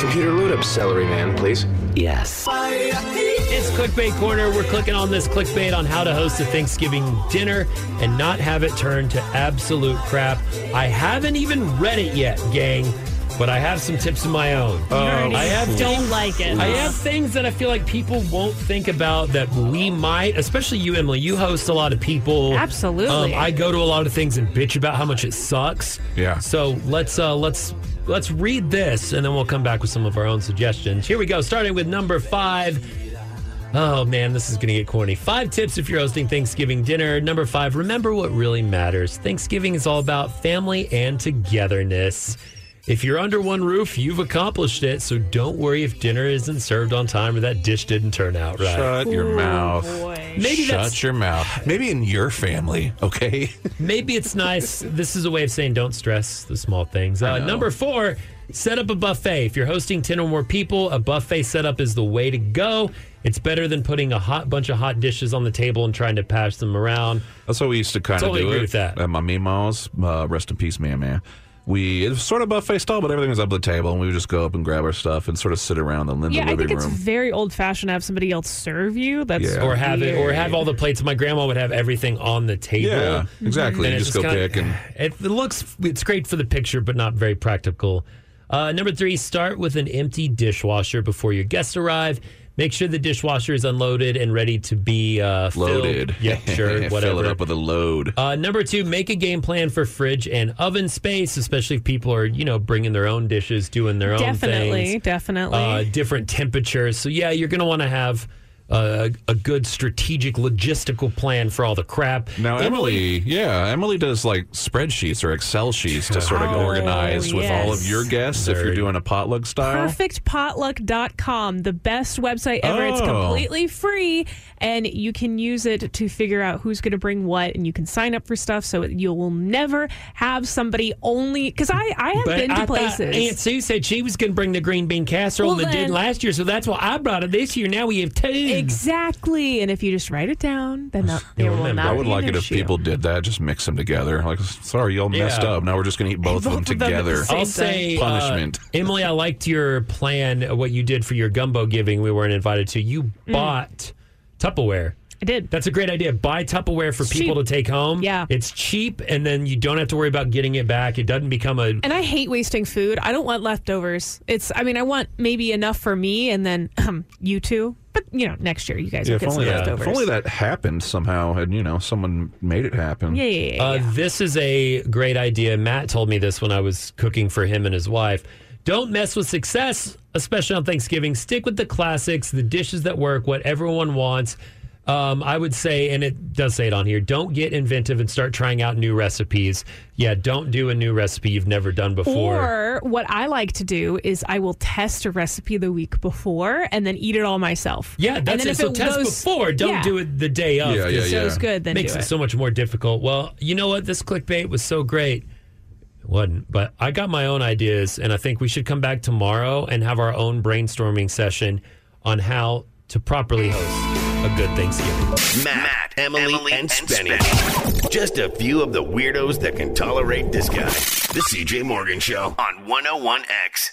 Computer load up celery man, please.
yes.
It's Clickbait Corner. We're clicking on this clickbait on how to host a Thanksgiving dinner and not have it turn to absolute crap. I haven't even read it yet, gang, but I have some tips of my own.
Oh,
I have
don't like it.
I have things that I feel like people won't think about that we might, especially you, Emily. You host a lot of people. Um,
Absolutely.
I go to a lot of things and bitch about how much it sucks.
Yeah.
So let's uh, let's let's read this, and then we'll come back with some of our own suggestions. Here we go. Starting with number five. Oh man, this is going to get corny. Five tips if you're hosting Thanksgiving dinner. Number five, remember what really matters. Thanksgiving is all about family and togetherness. If you're under one roof, you've accomplished it, so don't worry if dinner isn't served on time or that dish didn't turn out right.
Shut your mouth.
Oh, boy.
Maybe
Shut
that's-
your mouth. Maybe in your family, okay?
Maybe it's nice. This is a way of saying don't stress the small things. Uh,
know.
number four, set up a buffet. If you're hosting 10 or more people, a buffet setup is the way to go. It's better than putting a hot bunch of hot dishes on the table and trying to pass them around.
That's how we used to kind of
Totally
do
agree
it.
with that.
At my Mima's, uh, rest in peace, man, man. We it was sort of buffet style, but everything was up at the table, and we would just go up and grab our stuff and sort of sit around the Linda
Yeah, I
living
think it's
room.
very old fashioned to have somebody else serve you. That's
Yeah.
Or have it, or have all the plates. My grandma would have everything on the table.
yeah, exactly.
And
You
it
just go
kinda-
pick and
it, it looks it's great for the picture, but not very practical. Uh, number three, start with an empty dishwasher before your guests arrive. Make sure the dishwasher is unloaded and ready to be uh, filled.
loaded.
Yeah, sure, whatever.
Fill it up with a load.
Uh, number two, make a game plan for fridge and oven space, especially if people are you know bringing their own dishes, doing their own
definitely,
things
definitely.
uh, different temperatures. So yeah, you're going to want to have uh, a good strategic logistical plan for all the crap.
Now Emily, yeah, Emily does like spreadsheets or Excel sheets to sort of
Oh,
organize with all of
yes.
your guests if you're
Nerd.
doing a potluck style.
Perfectpotluck.com, the best website ever. It's
Oh.
completely free, and you can use it to figure out who's going to bring what, and you can sign up for stuff. So you will never have somebody only because I I have been to
I thought
places.
Aunt Sue said she was going to bring the green bean casserole
Well,
that did
then-
last year, so that's why I brought it this year. Now we have two.
Exactly, and if you just write it down, then not, there will
remember.
I
not.
would
be an
like it if
issue.
people did that. Just mix them together. Like, sorry, y'all messed
Yeah.
up. Now we're just gonna eat both, of them
Both of them at the
together.
same
I'll
thing.
say uh,
Punishment.
Emily, I liked your
Mm.
plan. uh, What you did for your gumbo giving, we weren't invited to. You bought Tupperware.
I did.
That's a great idea. Buy Tupperware for
It's
people
cheap.
to take home.
Yeah.
It's cheap, and then you don't have to worry about getting it back. It doesn't become a.
And I hate wasting food. I don't want leftovers. It's, I mean, I want maybe enough for me and then um, you two. But, you know, next year you guys
Yeah,
will
if,
get some
only that,
leftovers.
if only that happened somehow, and you know, someone made it happen.
Yeah, yeah, yeah.
Uh, This is a great idea. Matt told me this when I was cooking for him and his wife. Don't mess with success, especially on Thanksgiving. Stick with the classics, the dishes that work, what everyone wants. Um, I would say, and it does say it on here, don't get inventive and start trying out new recipes. Yeah, don't do a new recipe you've never done before.
Or what I like to do is I will test a recipe the week before and then eat it all myself.
Yeah,
And
that's
then
it.
if
So test
goes-
before. Don't
yeah.
do it the day of.
Yeah, yeah,
If it
yeah.
Sounds good, then
makes
do
it
it.
so much more difficult. Well, you know what? This clickbait was so great. It wasn't, but I got my own ideas, and I think we should come back tomorrow and have our own brainstorming session on how to properly host a good Thanksgiving.
Matt, Emily, and, Spenny. Just a few oh of the weirdos that can tolerate this guy. The CJ Morgan Show on 101X.